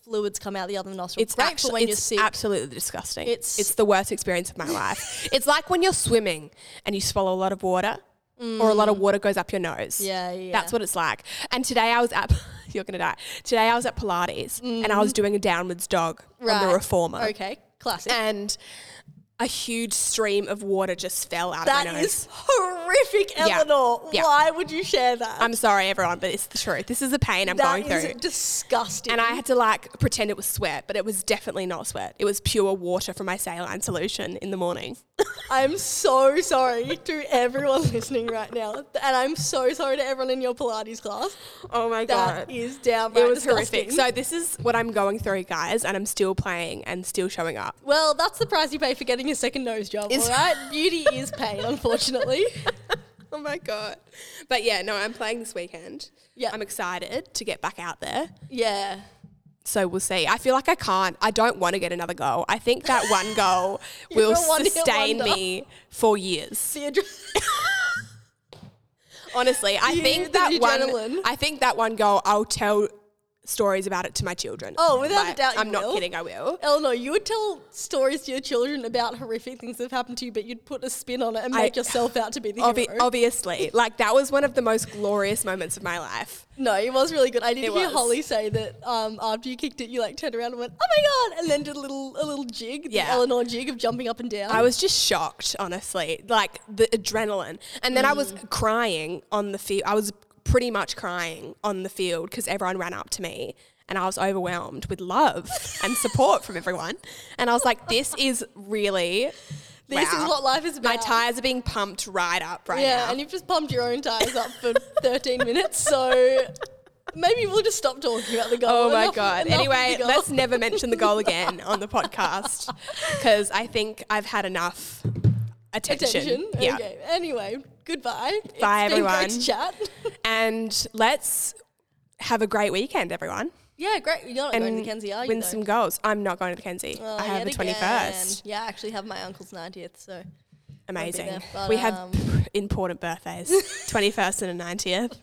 Speaker 6: fluids come out the other nostril.
Speaker 5: it's
Speaker 6: great
Speaker 5: actually
Speaker 6: for when
Speaker 5: it's
Speaker 6: you're sick.
Speaker 5: absolutely disgusting.
Speaker 6: It's-
Speaker 5: It's it's the worst experience of my life. it's like when you're swimming and you swallow a lot of water, or a lot of water goes up your nose.
Speaker 6: Mm. Yeah, yeah.
Speaker 5: That's what it's like. And today I was at you're gonna die. Today I was at Pilates and I was doing a downwards dog on the reformer.
Speaker 6: Mm. Okay, classic.
Speaker 5: And a huge stream of water just fell out of my
Speaker 6: that
Speaker 5: nose.
Speaker 6: is horrific,
Speaker 5: Yeah,
Speaker 6: Eleanor.
Speaker 5: yeah.
Speaker 6: Why would you share that?
Speaker 5: I'm sorry, everyone, but it's the truth. This is the pain I'm
Speaker 6: That
Speaker 5: going through.
Speaker 6: is disgusting.
Speaker 5: And I had to like pretend it was sweat, but it was definitely not sweat. It was pure water from my saline solution in the morning.
Speaker 6: I'm so sorry to everyone listening right now, and I'm so sorry to everyone in your Pilates class.
Speaker 5: Oh my
Speaker 6: That is downright
Speaker 5: it was
Speaker 6: disgusting.
Speaker 5: horrific. So this is what I'm going through, guys, and I'm still playing and still showing up.
Speaker 6: Well, that's the price you pay for getting a second nose job,
Speaker 5: Is-
Speaker 6: all right? Beauty is pain, unfortunately.
Speaker 5: Oh my god. But yeah, no, I'm playing this weekend.
Speaker 6: Yeah.
Speaker 5: I'm excited to get back out there.
Speaker 6: yeah.
Speaker 5: So we'll see. I feel like I can't. I don't want to get another goal. I think that one goal will
Speaker 6: a one-hit
Speaker 5: sustain
Speaker 6: wonder.
Speaker 5: me for years.
Speaker 6: The adre-
Speaker 5: Honestly, I
Speaker 6: You-
Speaker 5: think
Speaker 6: the
Speaker 5: that
Speaker 6: adrenaline.
Speaker 5: one. I think that one goal. I'll tell stories about it to my children.
Speaker 6: Oh, without a
Speaker 5: Like,
Speaker 6: doubt you
Speaker 5: I'm
Speaker 6: will.
Speaker 5: not kidding. I will.
Speaker 6: Eleanor, you would tell stories to your children about horrific things that have happened to you, but you'd put a spin on it and
Speaker 5: I-
Speaker 6: make yourself out to be the
Speaker 5: Obvi-
Speaker 6: hero.
Speaker 5: obviously, like that was one of the most glorious moments of my life.
Speaker 6: no, it was really good. I did
Speaker 5: It
Speaker 6: hear
Speaker 5: was.
Speaker 6: Holly say that um, after you kicked it, you like turned around and went, "Oh my god!" and then did a little a little jig, the
Speaker 5: Yeah.
Speaker 6: Eleanor jig of jumping up and down.
Speaker 5: I was just shocked, honestly, like the adrenaline, and then I was
Speaker 6: Mm.
Speaker 5: crying on the field. I was pretty much crying on the field because everyone ran up to me. And I was overwhelmed with love and support from everyone. And I was like, this is really.
Speaker 6: This
Speaker 5: wow.
Speaker 6: is what life is about.
Speaker 5: My tires are being pumped right up right
Speaker 6: Yeah,
Speaker 5: now.
Speaker 6: and you've just pumped your own tires up for 13 minutes, so Maybe we'll just stop talking about the goal.
Speaker 5: Oh my
Speaker 6: Enough-
Speaker 5: god.
Speaker 6: enough of the
Speaker 5: Anyway,
Speaker 6: goal.
Speaker 5: let's never mention the goal again on the podcast because I think I've had enough attention.
Speaker 6: attention.
Speaker 5: Yeah.
Speaker 6: Okay. Anyway, goodbye.
Speaker 5: Bye,
Speaker 6: It's been great to
Speaker 5: everyone.
Speaker 6: chat.
Speaker 5: And let's have a great weekend, everyone.
Speaker 6: yeah, great. You're not
Speaker 5: And
Speaker 6: going to Kenzie, are you?
Speaker 5: win
Speaker 6: though?
Speaker 5: some goals. I'm not going to the Kenzie.
Speaker 6: Oh,
Speaker 5: I have
Speaker 6: yet
Speaker 5: the 21st.
Speaker 6: again. Yeah, I actually have my uncle's 90th, so
Speaker 5: Amazing.
Speaker 6: there, but,
Speaker 5: we have
Speaker 6: um,
Speaker 5: important birthdays 21st and a 90th.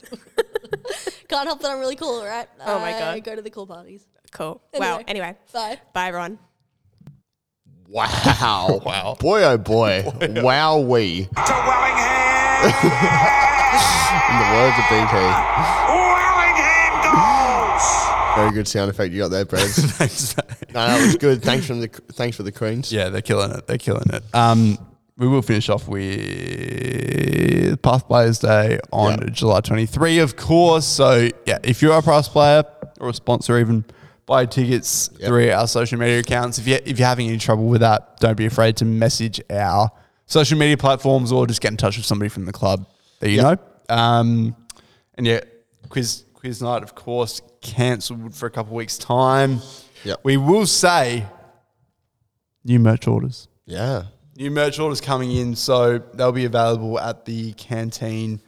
Speaker 6: can't help that I'm really cool, right?
Speaker 5: Oh my
Speaker 6: I
Speaker 5: God.
Speaker 6: go to the cool parties.
Speaker 5: Cool. Well,
Speaker 6: Anyway.
Speaker 5: anyway.
Speaker 6: Bye.
Speaker 5: Bye, everyone.
Speaker 2: Wow.
Speaker 1: Wow.
Speaker 2: Boy, oh boy. wow, we.
Speaker 3: To Wellingham!
Speaker 2: In the words of BK.
Speaker 3: Wellingham goals!
Speaker 2: Very good sound effect you got there, Brad.
Speaker 1: Thanks. mate.
Speaker 2: No, that was good. Thanks from the thanks for the Queens.
Speaker 1: Yeah, they're killing it. They're killing it. Um, we will finish off with Pathplayers Day on
Speaker 2: Yeah.
Speaker 1: July 23, of course. So, yeah, if you are a Pathplayer or a sponsor, even buy tickets
Speaker 2: Yep.
Speaker 1: through our social media accounts. If, you, if you're having any trouble with that, don't be afraid to message our social media platforms or just get in touch with somebody from the club that you
Speaker 2: Yep.
Speaker 1: know. Um, and yeah, quiz quiz night, of course, cancelled for a couple weeks' time.
Speaker 2: Yep.
Speaker 1: We will say new merch orders.
Speaker 2: Yeah.
Speaker 1: New merch orders coming in, so they'll be available at the canteen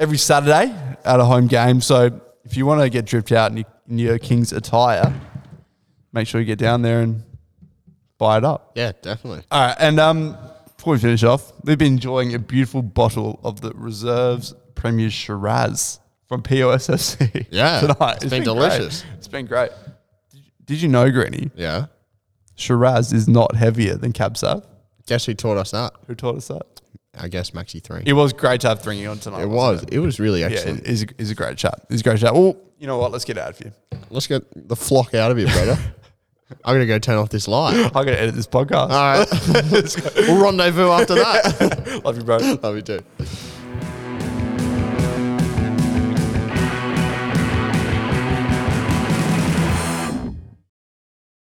Speaker 1: every Saturday at a home game. So if you want to get dripped out in your, in your Kings attire, make sure you get down there and buy it up.
Speaker 2: Yeah, definitely.
Speaker 1: All right, and um, before we finish off, we've been enjoying a beautiful bottle of the reserves Premier Shiraz from POSFC.
Speaker 2: Yeah,
Speaker 1: tonight
Speaker 2: it's been
Speaker 1: great.
Speaker 2: delicious.
Speaker 1: It's been great. Did you- Did you know, Granny?
Speaker 2: Yeah.
Speaker 1: Shiraz is not heavier than Cab Sav.
Speaker 2: Guess who taught us that?
Speaker 1: Who taught us that?
Speaker 2: I guess Maxi three.
Speaker 1: It was great to have Thringy on tonight.
Speaker 2: It
Speaker 1: wasn't
Speaker 2: was. It was really
Speaker 1: Yeah,
Speaker 2: excellent.
Speaker 1: it is a, is a great chat. It's a great chat. Well, you know what? Let's get out of here.
Speaker 2: Let's get the flock out of here, brother. I'm gonna go turn off this light.
Speaker 1: I'm going to edit this podcast.
Speaker 2: All right. we'll rendezvous after that.
Speaker 1: Love you, bro.
Speaker 2: Love you too.